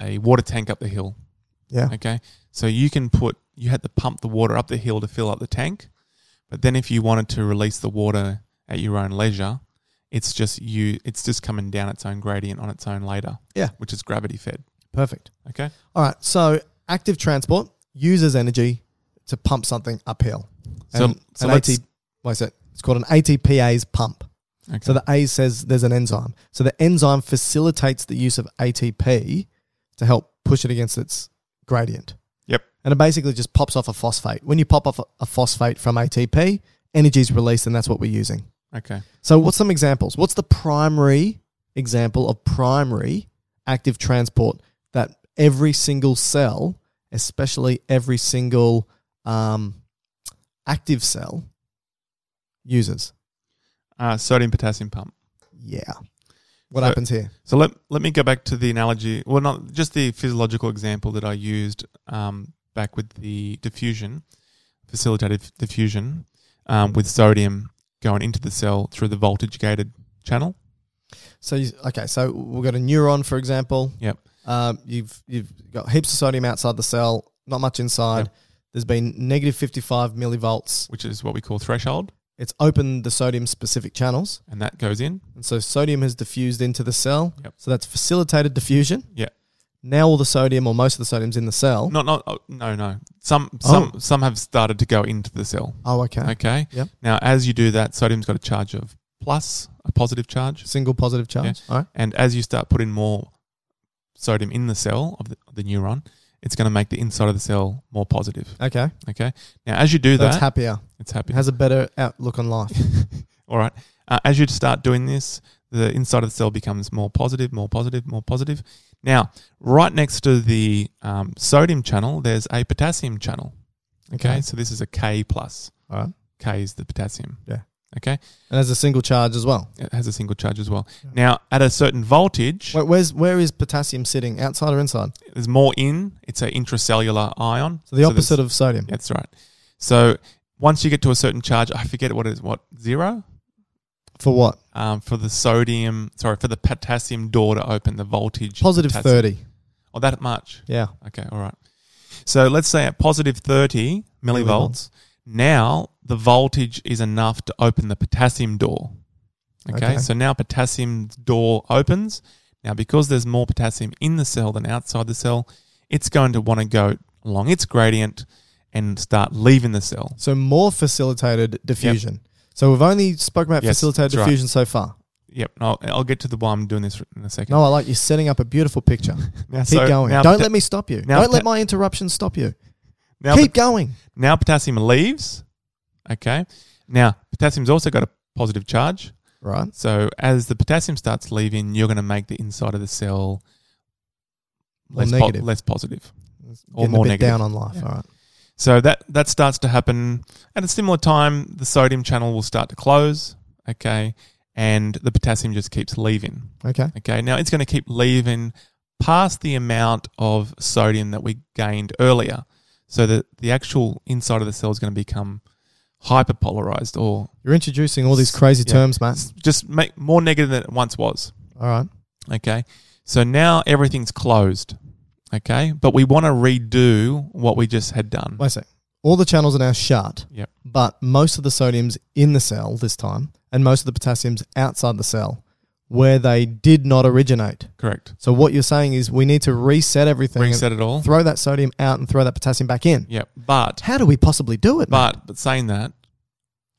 Speaker 2: a water tank up
Speaker 1: (laughs)
Speaker 2: the hill.
Speaker 1: Yeah.
Speaker 2: Okay, so you can put you had to pump the water up the hill to fill up the tank, but then if you wanted to release the water at your own leisure, it's just you. It's just coming down its own gradient on its own later.
Speaker 1: Yeah.
Speaker 2: which is gravity fed.
Speaker 1: Perfect.
Speaker 2: Okay,
Speaker 1: All right. So active transport uses energy to pump something uphill.
Speaker 2: So-
Speaker 1: And
Speaker 2: so
Speaker 1: an
Speaker 2: let's-
Speaker 1: AT, what is it? It's called an ATPase pump.
Speaker 2: okay.
Speaker 1: So the A says there's an enzyme. So the enzyme facilitates the use of ATP to help push it against its gradient.
Speaker 2: yep,
Speaker 1: And it basically just pops off a phosphate. When you pop off a- a phosphate from ATP, energy is released, and that's what we're using.
Speaker 2: okay.
Speaker 1: So, what's some examples? What's the primary example of primary active transport that every single cell, especially every single um, active cell, uses?
Speaker 2: Uh, sodium potassium pump.
Speaker 1: Yeah. What
Speaker 2: So-
Speaker 1: happens here?
Speaker 2: So let let me go back to the analogy. Well, not just the physiological example that I used um, back with the diffusion, facilitated diffusion, um, with sodium going into the cell through the voltage gated channel.
Speaker 1: So you, okay, so we've got a neuron, for example.
Speaker 2: Yep.
Speaker 1: Um, you've you've got heaps of sodium outside the cell, not much inside.
Speaker 2: Yep.
Speaker 1: There's been negative 55 millivolts.
Speaker 2: Which is what we call threshold,
Speaker 1: It's opened the sodium specific channels,
Speaker 2: and that goes in.
Speaker 1: and so sodium has diffused into the cell.
Speaker 2: Yep.
Speaker 1: So that's facilitated diffusion.
Speaker 2: Yeah.
Speaker 1: Now all the sodium, or most of the sodium's in the cell.
Speaker 2: Not not oh, no no. Some
Speaker 1: Oh.
Speaker 2: some some have started to go into the cell.
Speaker 1: Oh, okay.
Speaker 2: Okay.
Speaker 1: Yep.
Speaker 2: Now, as you do that, sodium's got a charge of plus a positive charge.
Speaker 1: Single positive charge. All right.
Speaker 2: And as you start putting more sodium in the cell of the, of the neuron, it's going to make the inside of the cell more positive.
Speaker 1: Okay.
Speaker 2: Okay. Now, as you do
Speaker 1: So it's
Speaker 2: that,
Speaker 1: happier.
Speaker 2: it's happy.
Speaker 1: It has a better outlook on
Speaker 2: (laughs)
Speaker 1: life.
Speaker 2: All right. Uh, as you start doing this, the inside of the cell becomes more positive, more positive, more positive. Now, right next to the um, sodium channel, there's a potassium channel. Okay?
Speaker 1: Okay.
Speaker 2: So this is a K plus.
Speaker 1: All right.
Speaker 2: K is the potassium.
Speaker 1: Yeah.
Speaker 2: Okay.
Speaker 1: And has a single charge as well.
Speaker 2: It has a single charge as well. Now, at a certain voltage,
Speaker 1: Wait, where's where is potassium sitting? Outside or inside?
Speaker 2: there's more in. It's an intracellular ion.
Speaker 1: So the opposite of sodium.
Speaker 2: That's right. So once you get to a certain charge, I forget what it is. What zero?
Speaker 1: For what?
Speaker 2: Um, for the sodium, sorry, for the potassium door to open, the voltage
Speaker 1: Positive
Speaker 2: potassium-
Speaker 1: 30.
Speaker 2: Oh, that much.
Speaker 1: Yeah.
Speaker 2: Okay, all right. So let's say at positive thirty millivolts. Now the voltage is enough to open the potassium door. Okay,
Speaker 1: Okay.
Speaker 2: so now potassium door opens. Now because there's more potassium in the cell than outside the cell, it's going to want to go along its gradient and start leaving the cell.
Speaker 1: So more facilitated diffusion. So we've only spoken about
Speaker 2: Yes,
Speaker 1: facilitated
Speaker 2: that's right.
Speaker 1: diffusion so far.
Speaker 2: Yep, I'll, I'll get to the why I'm doing this in a second.
Speaker 1: No, I like you setting up a beautiful picture.
Speaker 2: Now,
Speaker 1: Keep
Speaker 2: (laughs) so
Speaker 1: going.
Speaker 2: now
Speaker 1: Don't
Speaker 2: pota-
Speaker 1: let me stop you.
Speaker 2: now
Speaker 1: Don't let
Speaker 2: pota-
Speaker 1: my interruptions stop you.
Speaker 2: now
Speaker 1: Keep going.
Speaker 2: Now potassium leaves. Okay. Now potassium's also got a positive charge.
Speaker 1: Right.
Speaker 2: So as the potassium starts leaving, you're going to make the inside of the cell
Speaker 1: More
Speaker 2: less, po-
Speaker 1: negative.
Speaker 2: less positive.
Speaker 1: Getting
Speaker 2: more
Speaker 1: a bit
Speaker 2: negative.
Speaker 1: down on life.
Speaker 2: Yeah.
Speaker 1: All right.
Speaker 2: So that that starts to happen at a similar time. The sodium channel will start to close. Okay, and the potassium just keeps leaving.
Speaker 1: Okay.
Speaker 2: Okay, now it's going to keep leaving past the amount of sodium that we gained earlier. So that the actual inside of the cell is going to become hyperpolarized or
Speaker 1: You're introducing all these
Speaker 2: S-
Speaker 1: crazy
Speaker 2: yeah.
Speaker 1: terms, Matt.
Speaker 2: just make more negative than it once was.
Speaker 1: All right.
Speaker 2: Mm-hmm. Okay. So now everything's closed. Okay. But we want to redo what we just had done.
Speaker 1: Wait a sec. All the channels are now shut,
Speaker 2: Yep.
Speaker 1: but most of the sodium's in the cell this time, and most of the potassium's outside the cell where they did not originate.
Speaker 2: Correct.
Speaker 1: So what you're saying is we need to reset everything. and
Speaker 2: Reset it all.
Speaker 1: Throw that sodium out and throw that potassium back in.
Speaker 2: Yeah. But,
Speaker 1: How do we possibly do it? mate?
Speaker 2: but, but saying that,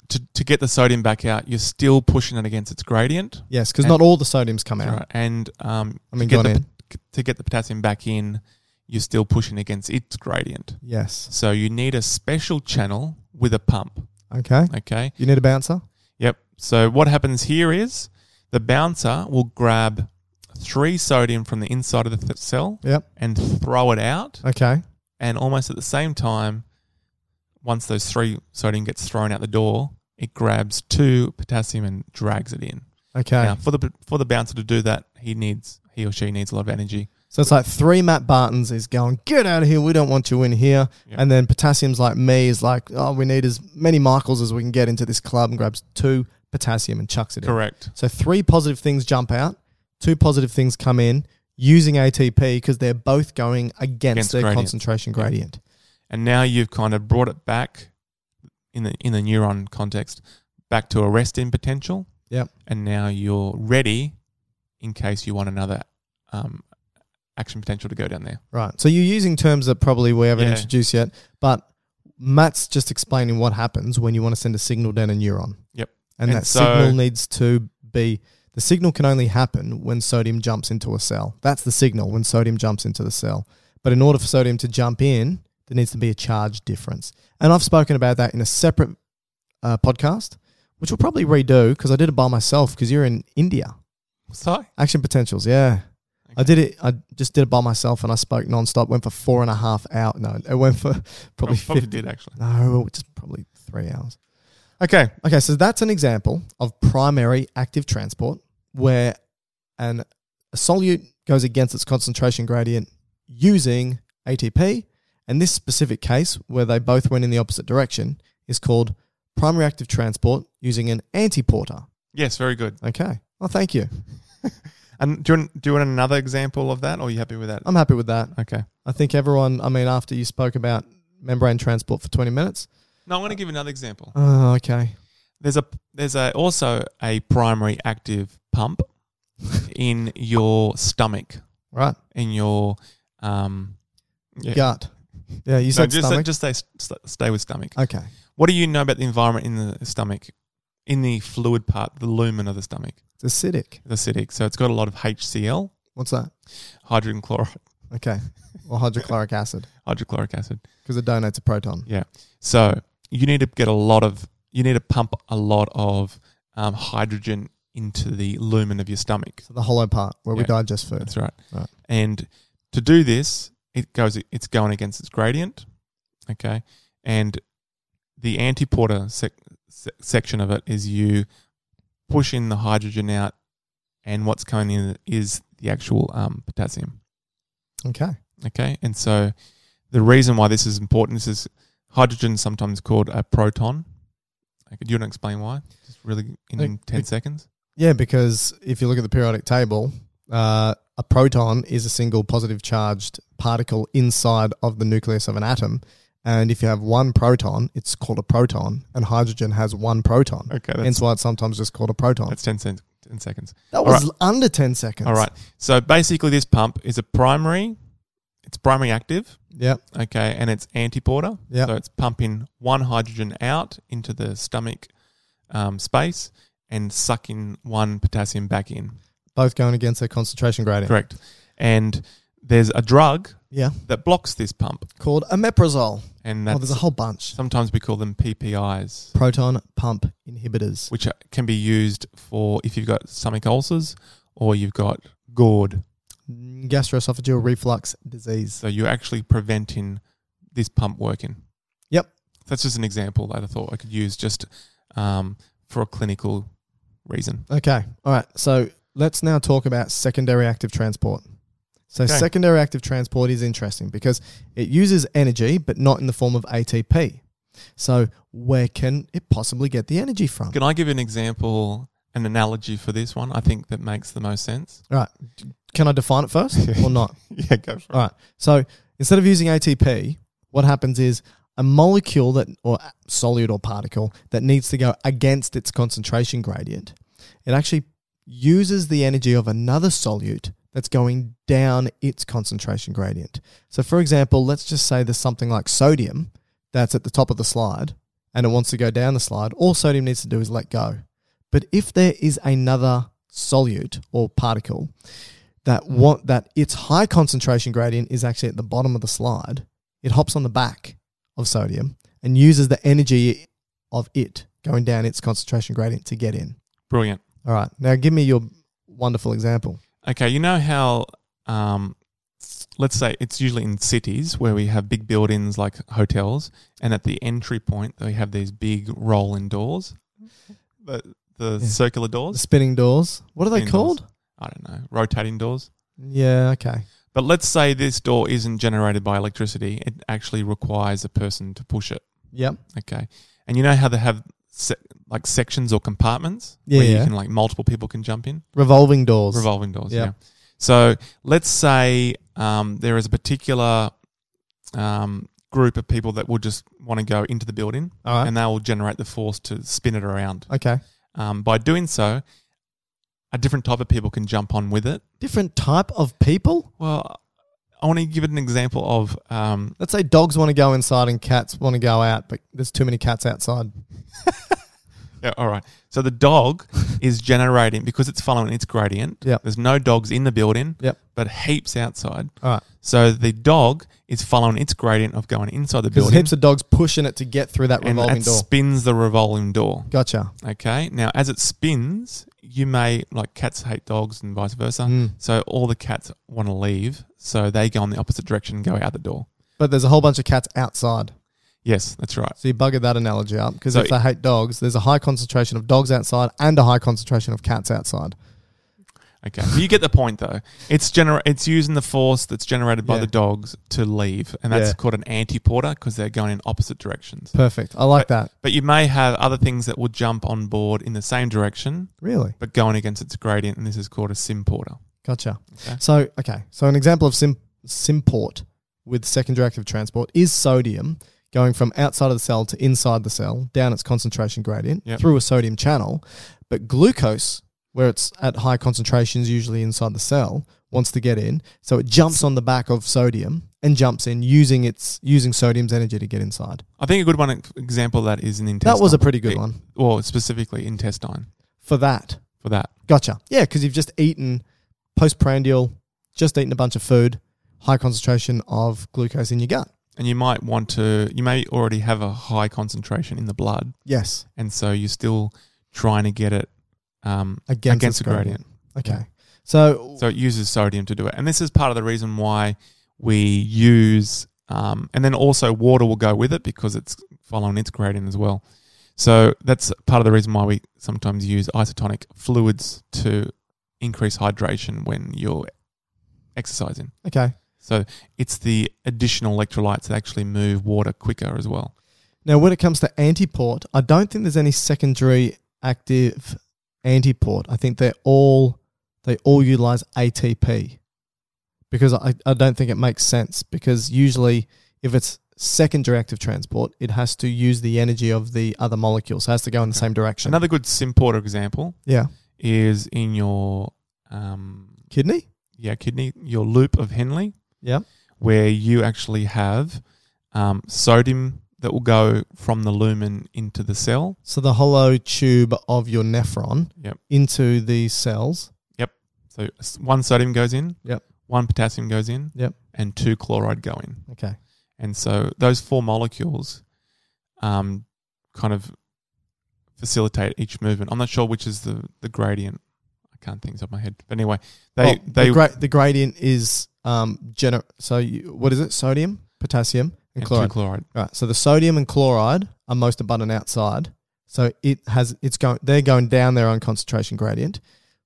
Speaker 2: to, to get the sodium back out, you're still pushing it against its gradient.
Speaker 1: yes, because not all the sodium's come out.
Speaker 2: Right. And um,
Speaker 1: I mean,
Speaker 2: to, get
Speaker 1: gone
Speaker 2: the, to get the potassium back in, you're still pushing against its gradient.
Speaker 1: Yes.
Speaker 2: So you need a special channel with a pump.
Speaker 1: Okay.
Speaker 2: Okay.
Speaker 1: You need a bouncer?
Speaker 2: Yep. So what happens here is the bouncer will grab three sodium from the inside of the th- cell
Speaker 1: Yep.
Speaker 2: and throw it out.
Speaker 1: Okay.
Speaker 2: And almost at the same time, once those three sodium gets thrown out the door, it grabs two potassium and drags it in.
Speaker 1: Okay.
Speaker 2: Now, for the for the bouncer to do that, he needs he or she needs a lot of energy.
Speaker 1: So it's like three Matt Bartons is going, get out of here. We don't want you in here.
Speaker 2: Yeah.
Speaker 1: And then Potassium's like me is like, oh, we need as many Michaels as we can get into this club and grabs two Potassium and chucks it in.
Speaker 2: Correct.
Speaker 1: So three positive things jump out, two positive things come in using ATP because they're both going against,
Speaker 2: Against
Speaker 1: their
Speaker 2: gradient.
Speaker 1: concentration gradient.
Speaker 2: And now you've kind of brought it back in the in the neuron context back to a resting potential.
Speaker 1: Yep.
Speaker 2: and now you're ready in case you want another um, action potential to go down there.
Speaker 1: Right. So you're using terms that probably we haven't
Speaker 2: Yeah.
Speaker 1: introduced yet, but Matt's just explaining what happens when you want to send a signal down a neuron.
Speaker 2: Yep.
Speaker 1: And,
Speaker 2: And
Speaker 1: that
Speaker 2: so-
Speaker 1: signal needs to be the signal can only happen when sodium jumps into a cell. That's the signal when sodium jumps into the cell. But in order for sodium to jump in, there needs to be a charge difference. And I've spoken about that in a separate uh, podcast, which we'll probably redo because I did it by myself because you're in India.
Speaker 2: So
Speaker 1: Action potentials, yeah. I did it. I just did it by myself, and I spoke nonstop. Went for four and a half hours. No, it went for (laughs) probably,
Speaker 2: probably, Oh, probably
Speaker 1: 50,
Speaker 2: did actually.
Speaker 1: no, (laughs) just probably three hours.
Speaker 2: Okay.
Speaker 1: Okay, so that's an example of primary active transport where an a solute goes against its concentration gradient using ATP, and this specific case where they both went in the opposite direction is called primary active transport using an antiporter.
Speaker 2: Yes, very good.
Speaker 1: Okay, well, thank you.
Speaker 2: And do you, want, do you want another example of that, or are you happy with that?
Speaker 1: I'm happy with that.
Speaker 2: okay.
Speaker 1: I think everyone, I mean, after you spoke about membrane transport for 20 minutes.
Speaker 2: No, I want to give another example.
Speaker 1: Oh, okay.
Speaker 2: There's a there's a also a primary active
Speaker 1: (laughs)
Speaker 2: pump in your stomach,
Speaker 1: Right.
Speaker 2: in your um, yeah.
Speaker 1: Gut. Yeah, you
Speaker 2: No,
Speaker 1: said
Speaker 2: just
Speaker 1: stomach.
Speaker 2: just stay st- stay with stomach.
Speaker 1: okay.
Speaker 2: What do you know about the environment in the stomach, in the fluid part, the lumen of the stomach?
Speaker 1: It's acidic.
Speaker 2: It's acidic, so it's got a lot of HCl,
Speaker 1: What's that?
Speaker 2: hydrogen chloride,
Speaker 1: Okay. Or hydrochloric acid
Speaker 2: (laughs) hydrochloric acid.
Speaker 1: because it donates a proton.
Speaker 2: Yeah. So you need to get a lot of, you need to pump a lot of um, hydrogen into the lumen of your stomach.
Speaker 1: So the hollow part where we
Speaker 2: Yeah.
Speaker 1: digest food.
Speaker 2: That's right.
Speaker 1: Right.
Speaker 2: And to do this, it goes, it's going against its gradient. Okay. And the antiporter sec- sec- section of it is you pushing the hydrogen out, and what's coming in is the actual um, potassium.
Speaker 1: Okay.
Speaker 2: Okay, and so the reason why this is important this is hydrogen sometimes called a proton. Okay, do you want to explain why? Just really in
Speaker 1: Okay.
Speaker 2: ten seconds.
Speaker 1: Yeah, because if you look at the periodic table, uh, a proton is a single positive charged particle inside of the nucleus of an atom. And if you have one proton, it's called a proton, and hydrogen has one proton.
Speaker 2: Okay, that's,
Speaker 1: Hence why it's sometimes just called a proton.
Speaker 2: that's ten, cent, ten seconds.
Speaker 1: That
Speaker 2: all
Speaker 1: was under 10 seconds.
Speaker 2: All right. So basically, this pump is a primary. It's primary active,
Speaker 1: Yep.
Speaker 2: okay, and it's antiporter.
Speaker 1: Yep.
Speaker 2: So it's pumping one hydrogen out into the stomach um, space and sucking one potassium back in.
Speaker 1: Both going against their concentration gradient.
Speaker 2: Correct. And there's a drug
Speaker 1: Yeah.
Speaker 2: that blocks this pump,
Speaker 1: Called omeprazole.
Speaker 2: and
Speaker 1: Oh,
Speaker 2: that's
Speaker 1: there's a whole bunch.
Speaker 2: Sometimes we call them PPIs,
Speaker 1: Proton pump inhibitors.
Speaker 2: which are- can be used for if you've got stomach ulcers or you've got gourd.
Speaker 1: Gastroesophageal reflux disease.
Speaker 2: So you're actually preventing this pump working.
Speaker 1: Yep.
Speaker 2: That's just an example that I thought I could use just um, for a clinical reason.
Speaker 1: Okay. All right. So let's now talk about secondary active transport. So
Speaker 2: Okay.
Speaker 1: secondary active transport is interesting because it uses energy, but not in the form of ATP. So where can it possibly get the energy from?
Speaker 2: Can I give an example, an analogy for this one? I think that makes the most sense.
Speaker 1: All right. Can I define it first or not?
Speaker 2: (laughs) Yeah, go for
Speaker 1: All right. So instead of using ATP, what happens is a molecule that or solute or particle that needs to go against its concentration gradient, it actually uses the energy of another solute that's going down its concentration gradient. So for example, let's just say there's something like sodium that's at the top of the slide and it wants to go down the slide, all sodium needs to do is let go. But if there is another solute or particle that
Speaker 2: Hmm.
Speaker 1: want that its high concentration gradient is actually at the bottom of the slide. It hops on the back of sodium and uses the energy of it going down its concentration gradient to get in.
Speaker 2: Brilliant.
Speaker 1: All right, now give me your wonderful example.
Speaker 2: Okay, you know how, um, let's say it's usually in cities where we have big buildings like hotels, and at the entry point they have these big rolling doors, the the
Speaker 1: Yeah.
Speaker 2: circular
Speaker 1: The
Speaker 2: doors.
Speaker 1: spinning doors. What are they
Speaker 2: Spinning
Speaker 1: called?
Speaker 2: doors. I don't know, rotating doors.
Speaker 1: Yeah, okay.
Speaker 2: But let's say this door isn't generated by electricity; it actually requires a person to push it.
Speaker 1: Yep.
Speaker 2: Okay. And you know how they have se- like sections or compartments where
Speaker 1: Yeah.
Speaker 2: you can like multiple people can jump in?
Speaker 1: Revolving doors.
Speaker 2: Revolving doors.
Speaker 1: Yeah.
Speaker 2: Yeah. So let's say um, there is a particular um, group of people that will just want to go into the building
Speaker 1: All right.
Speaker 2: and they will generate the force to spin it around.
Speaker 1: okay.
Speaker 2: Um, by doing so, a different type of people can jump on with it.
Speaker 1: Different type of people?
Speaker 2: Well, I want to give it an example of um,
Speaker 1: Let's say dogs want to go inside and cats want to go out, but there's too many cats outside.
Speaker 2: Yeah, all right. So the (laughs) dog is generating because it's following its gradient.
Speaker 1: Yep.
Speaker 2: There's no dogs in the building,
Speaker 1: Yep.
Speaker 2: but heaps outside.
Speaker 1: All right.
Speaker 2: So the dog is following its gradient of going inside the
Speaker 1: Because
Speaker 2: building
Speaker 1: heaps of dogs pushing it to get through that
Speaker 2: and
Speaker 1: revolving
Speaker 2: it
Speaker 1: door.
Speaker 2: spins the revolving door.
Speaker 1: Gotcha.
Speaker 2: Okay. Now, as it spins, you may like cats hate dogs and vice versa.
Speaker 1: Mm.
Speaker 2: So all the cats want to leave, so they go in the opposite direction and go out the door.
Speaker 1: But there's a whole bunch of cats outside.
Speaker 2: Yes, that's right.
Speaker 1: So you buggered that analogy up because
Speaker 2: So
Speaker 1: if they hate dogs, there's a high concentration of dogs outside and a high concentration of cats outside.
Speaker 2: Okay, but you get the point though. It's gener- it's using the force that's generated by
Speaker 1: Yeah.
Speaker 2: the dogs to leave, and that's
Speaker 1: Yeah.
Speaker 2: called an anti-porter because they're going in opposite directions.
Speaker 1: Perfect. I like that.
Speaker 2: But you may have other things that will jump on board in the same direction,
Speaker 1: Really?
Speaker 2: but going against its gradient, and this is called a sim-porter.
Speaker 1: Gotcha.
Speaker 2: Okay.
Speaker 1: So, okay. So, an example of sim- simport with secondary active transport is sodium going from outside of the cell to inside the cell down its concentration gradient
Speaker 2: Yep.
Speaker 1: through a sodium channel. But glucose, where it's at high concentrations, usually inside the cell, wants to get in. So, it jumps on the back of sodium and jumps in using its using sodium's energy to get inside.
Speaker 2: I think a good one e- example of that is an intestine.
Speaker 1: That was a pretty good one
Speaker 2: Well, specifically intestine
Speaker 1: for that.
Speaker 2: for that.
Speaker 1: Gotcha. Yeah, because you've just eaten postprandial, just eaten a bunch of food, high concentration of glucose in your gut.
Speaker 2: And you might want to, you may already have a high concentration in the blood,
Speaker 1: Yes.
Speaker 2: and so you're still trying to get it um,
Speaker 1: Against
Speaker 2: against
Speaker 1: its
Speaker 2: the gradient.
Speaker 1: Okay. So,
Speaker 2: So it uses sodium to do it. And this is part of the reason why we use, um, and then also water will go with it because it's following its gradient as well. So that's part of the reason why we sometimes use isotonic fluids to increase hydration when you're exercising.
Speaker 1: okay.
Speaker 2: So it's the additional electrolytes that actually move water quicker as well.
Speaker 1: Now, when it comes to antiport, I don't think there's any secondary active antiport. I think they're all they all utilize ATP because I, I don't think it makes sense because usually if it's secondary active transport, it has to use the energy of the other molecule, so it has to go in the same direction.
Speaker 2: Another good Simporter example
Speaker 1: yeah,
Speaker 2: is in your um,
Speaker 1: kidney.
Speaker 2: yeah kidney, your loop of Henle.
Speaker 1: Yeah.
Speaker 2: where you actually have um, sodium that will go from the lumen into the cell.
Speaker 1: So the hollow tube of your nephron
Speaker 2: Yep.
Speaker 1: into the cells.
Speaker 2: So s- one sodium goes in,
Speaker 1: Yep.
Speaker 2: one potassium goes in,
Speaker 1: Yep.
Speaker 2: and two chloride go in.
Speaker 1: Okay.
Speaker 2: And so those four molecules um, kind of facilitate each movement. I'm not sure which is the, the gradient. I can't think of my head. But anyway, they
Speaker 1: Well,
Speaker 2: they
Speaker 1: Oh, the, gra- the gradient is um gener- so you, what is it? Sodium, potassium, and
Speaker 2: and two
Speaker 1: chloride.
Speaker 2: chloride.
Speaker 1: right. So the sodium and chloride are most abundant outside. So it has it's going they're going down their own concentration gradient,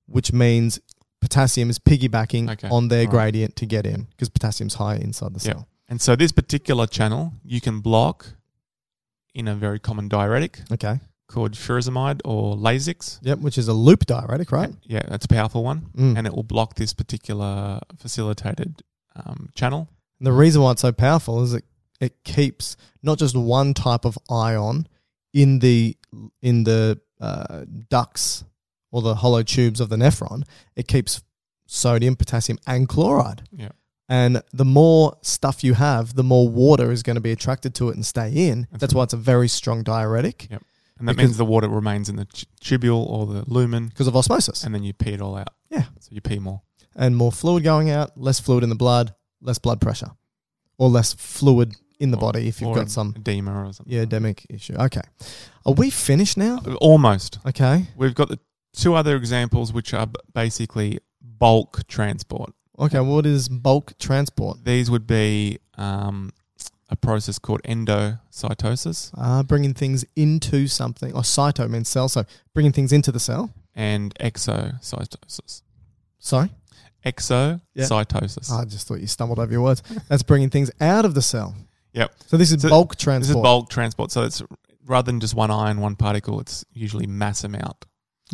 Speaker 1: which means potassium is piggybacking
Speaker 2: Okay,
Speaker 1: on their
Speaker 2: all right.
Speaker 1: gradient to get in because potassium's higher inside the
Speaker 2: Yeah.
Speaker 1: cell.
Speaker 2: And so this particular channel you can block in a very common diuretic
Speaker 1: Okay.
Speaker 2: called furosemide or Lasix.
Speaker 1: Yep, which is a loop diuretic, right?
Speaker 2: Yeah, that's a powerful one,
Speaker 1: Mm.
Speaker 2: and it will block this particular facilitated um, channel.
Speaker 1: And the reason why it's so powerful is it it keeps not just one type of ion in the in the uh, ducts or the hollow tubes of the nephron. It keeps sodium, potassium, and chloride.
Speaker 2: Yeah.
Speaker 1: And the more stuff you have, the more water is going to be attracted to it and stay in.
Speaker 2: That's
Speaker 1: That's why it's a very strong diuretic
Speaker 2: Yeah. And that
Speaker 1: Because-
Speaker 2: means the water remains in the t- tubule or the lumen,
Speaker 1: because of osmosis.
Speaker 2: and then you pee it all out.
Speaker 1: Yeah.
Speaker 2: So you pee more.
Speaker 1: and more fluid going out, less fluid in the blood, less blood pressure, or less fluid in the
Speaker 2: Or-
Speaker 1: body if you've
Speaker 2: or
Speaker 1: got some
Speaker 2: edema or something.
Speaker 1: yeah demic issue. Okay, are we finished now?
Speaker 2: Almost.
Speaker 1: Okay,
Speaker 2: We've got the two other examples, which are b- basically bulk transport.
Speaker 1: okay. What is bulk transport?
Speaker 2: These would be um, a process called endocytosis
Speaker 1: Uh, bringing things into something, or cyto means cell, so bringing things into the cell.
Speaker 2: and exocytosis.
Speaker 1: Sorry, Yeah. Ah,
Speaker 2: Exocytosis.
Speaker 1: I just thought you stumbled over your
Speaker 2: (laughs)
Speaker 1: words. That's bringing things out of the cell.
Speaker 2: Yep.
Speaker 1: So this is
Speaker 2: So
Speaker 1: bulk
Speaker 2: This is
Speaker 1: transport.
Speaker 2: bulk transport. So it's rather than just one ion, one particle, it's usually mass amount.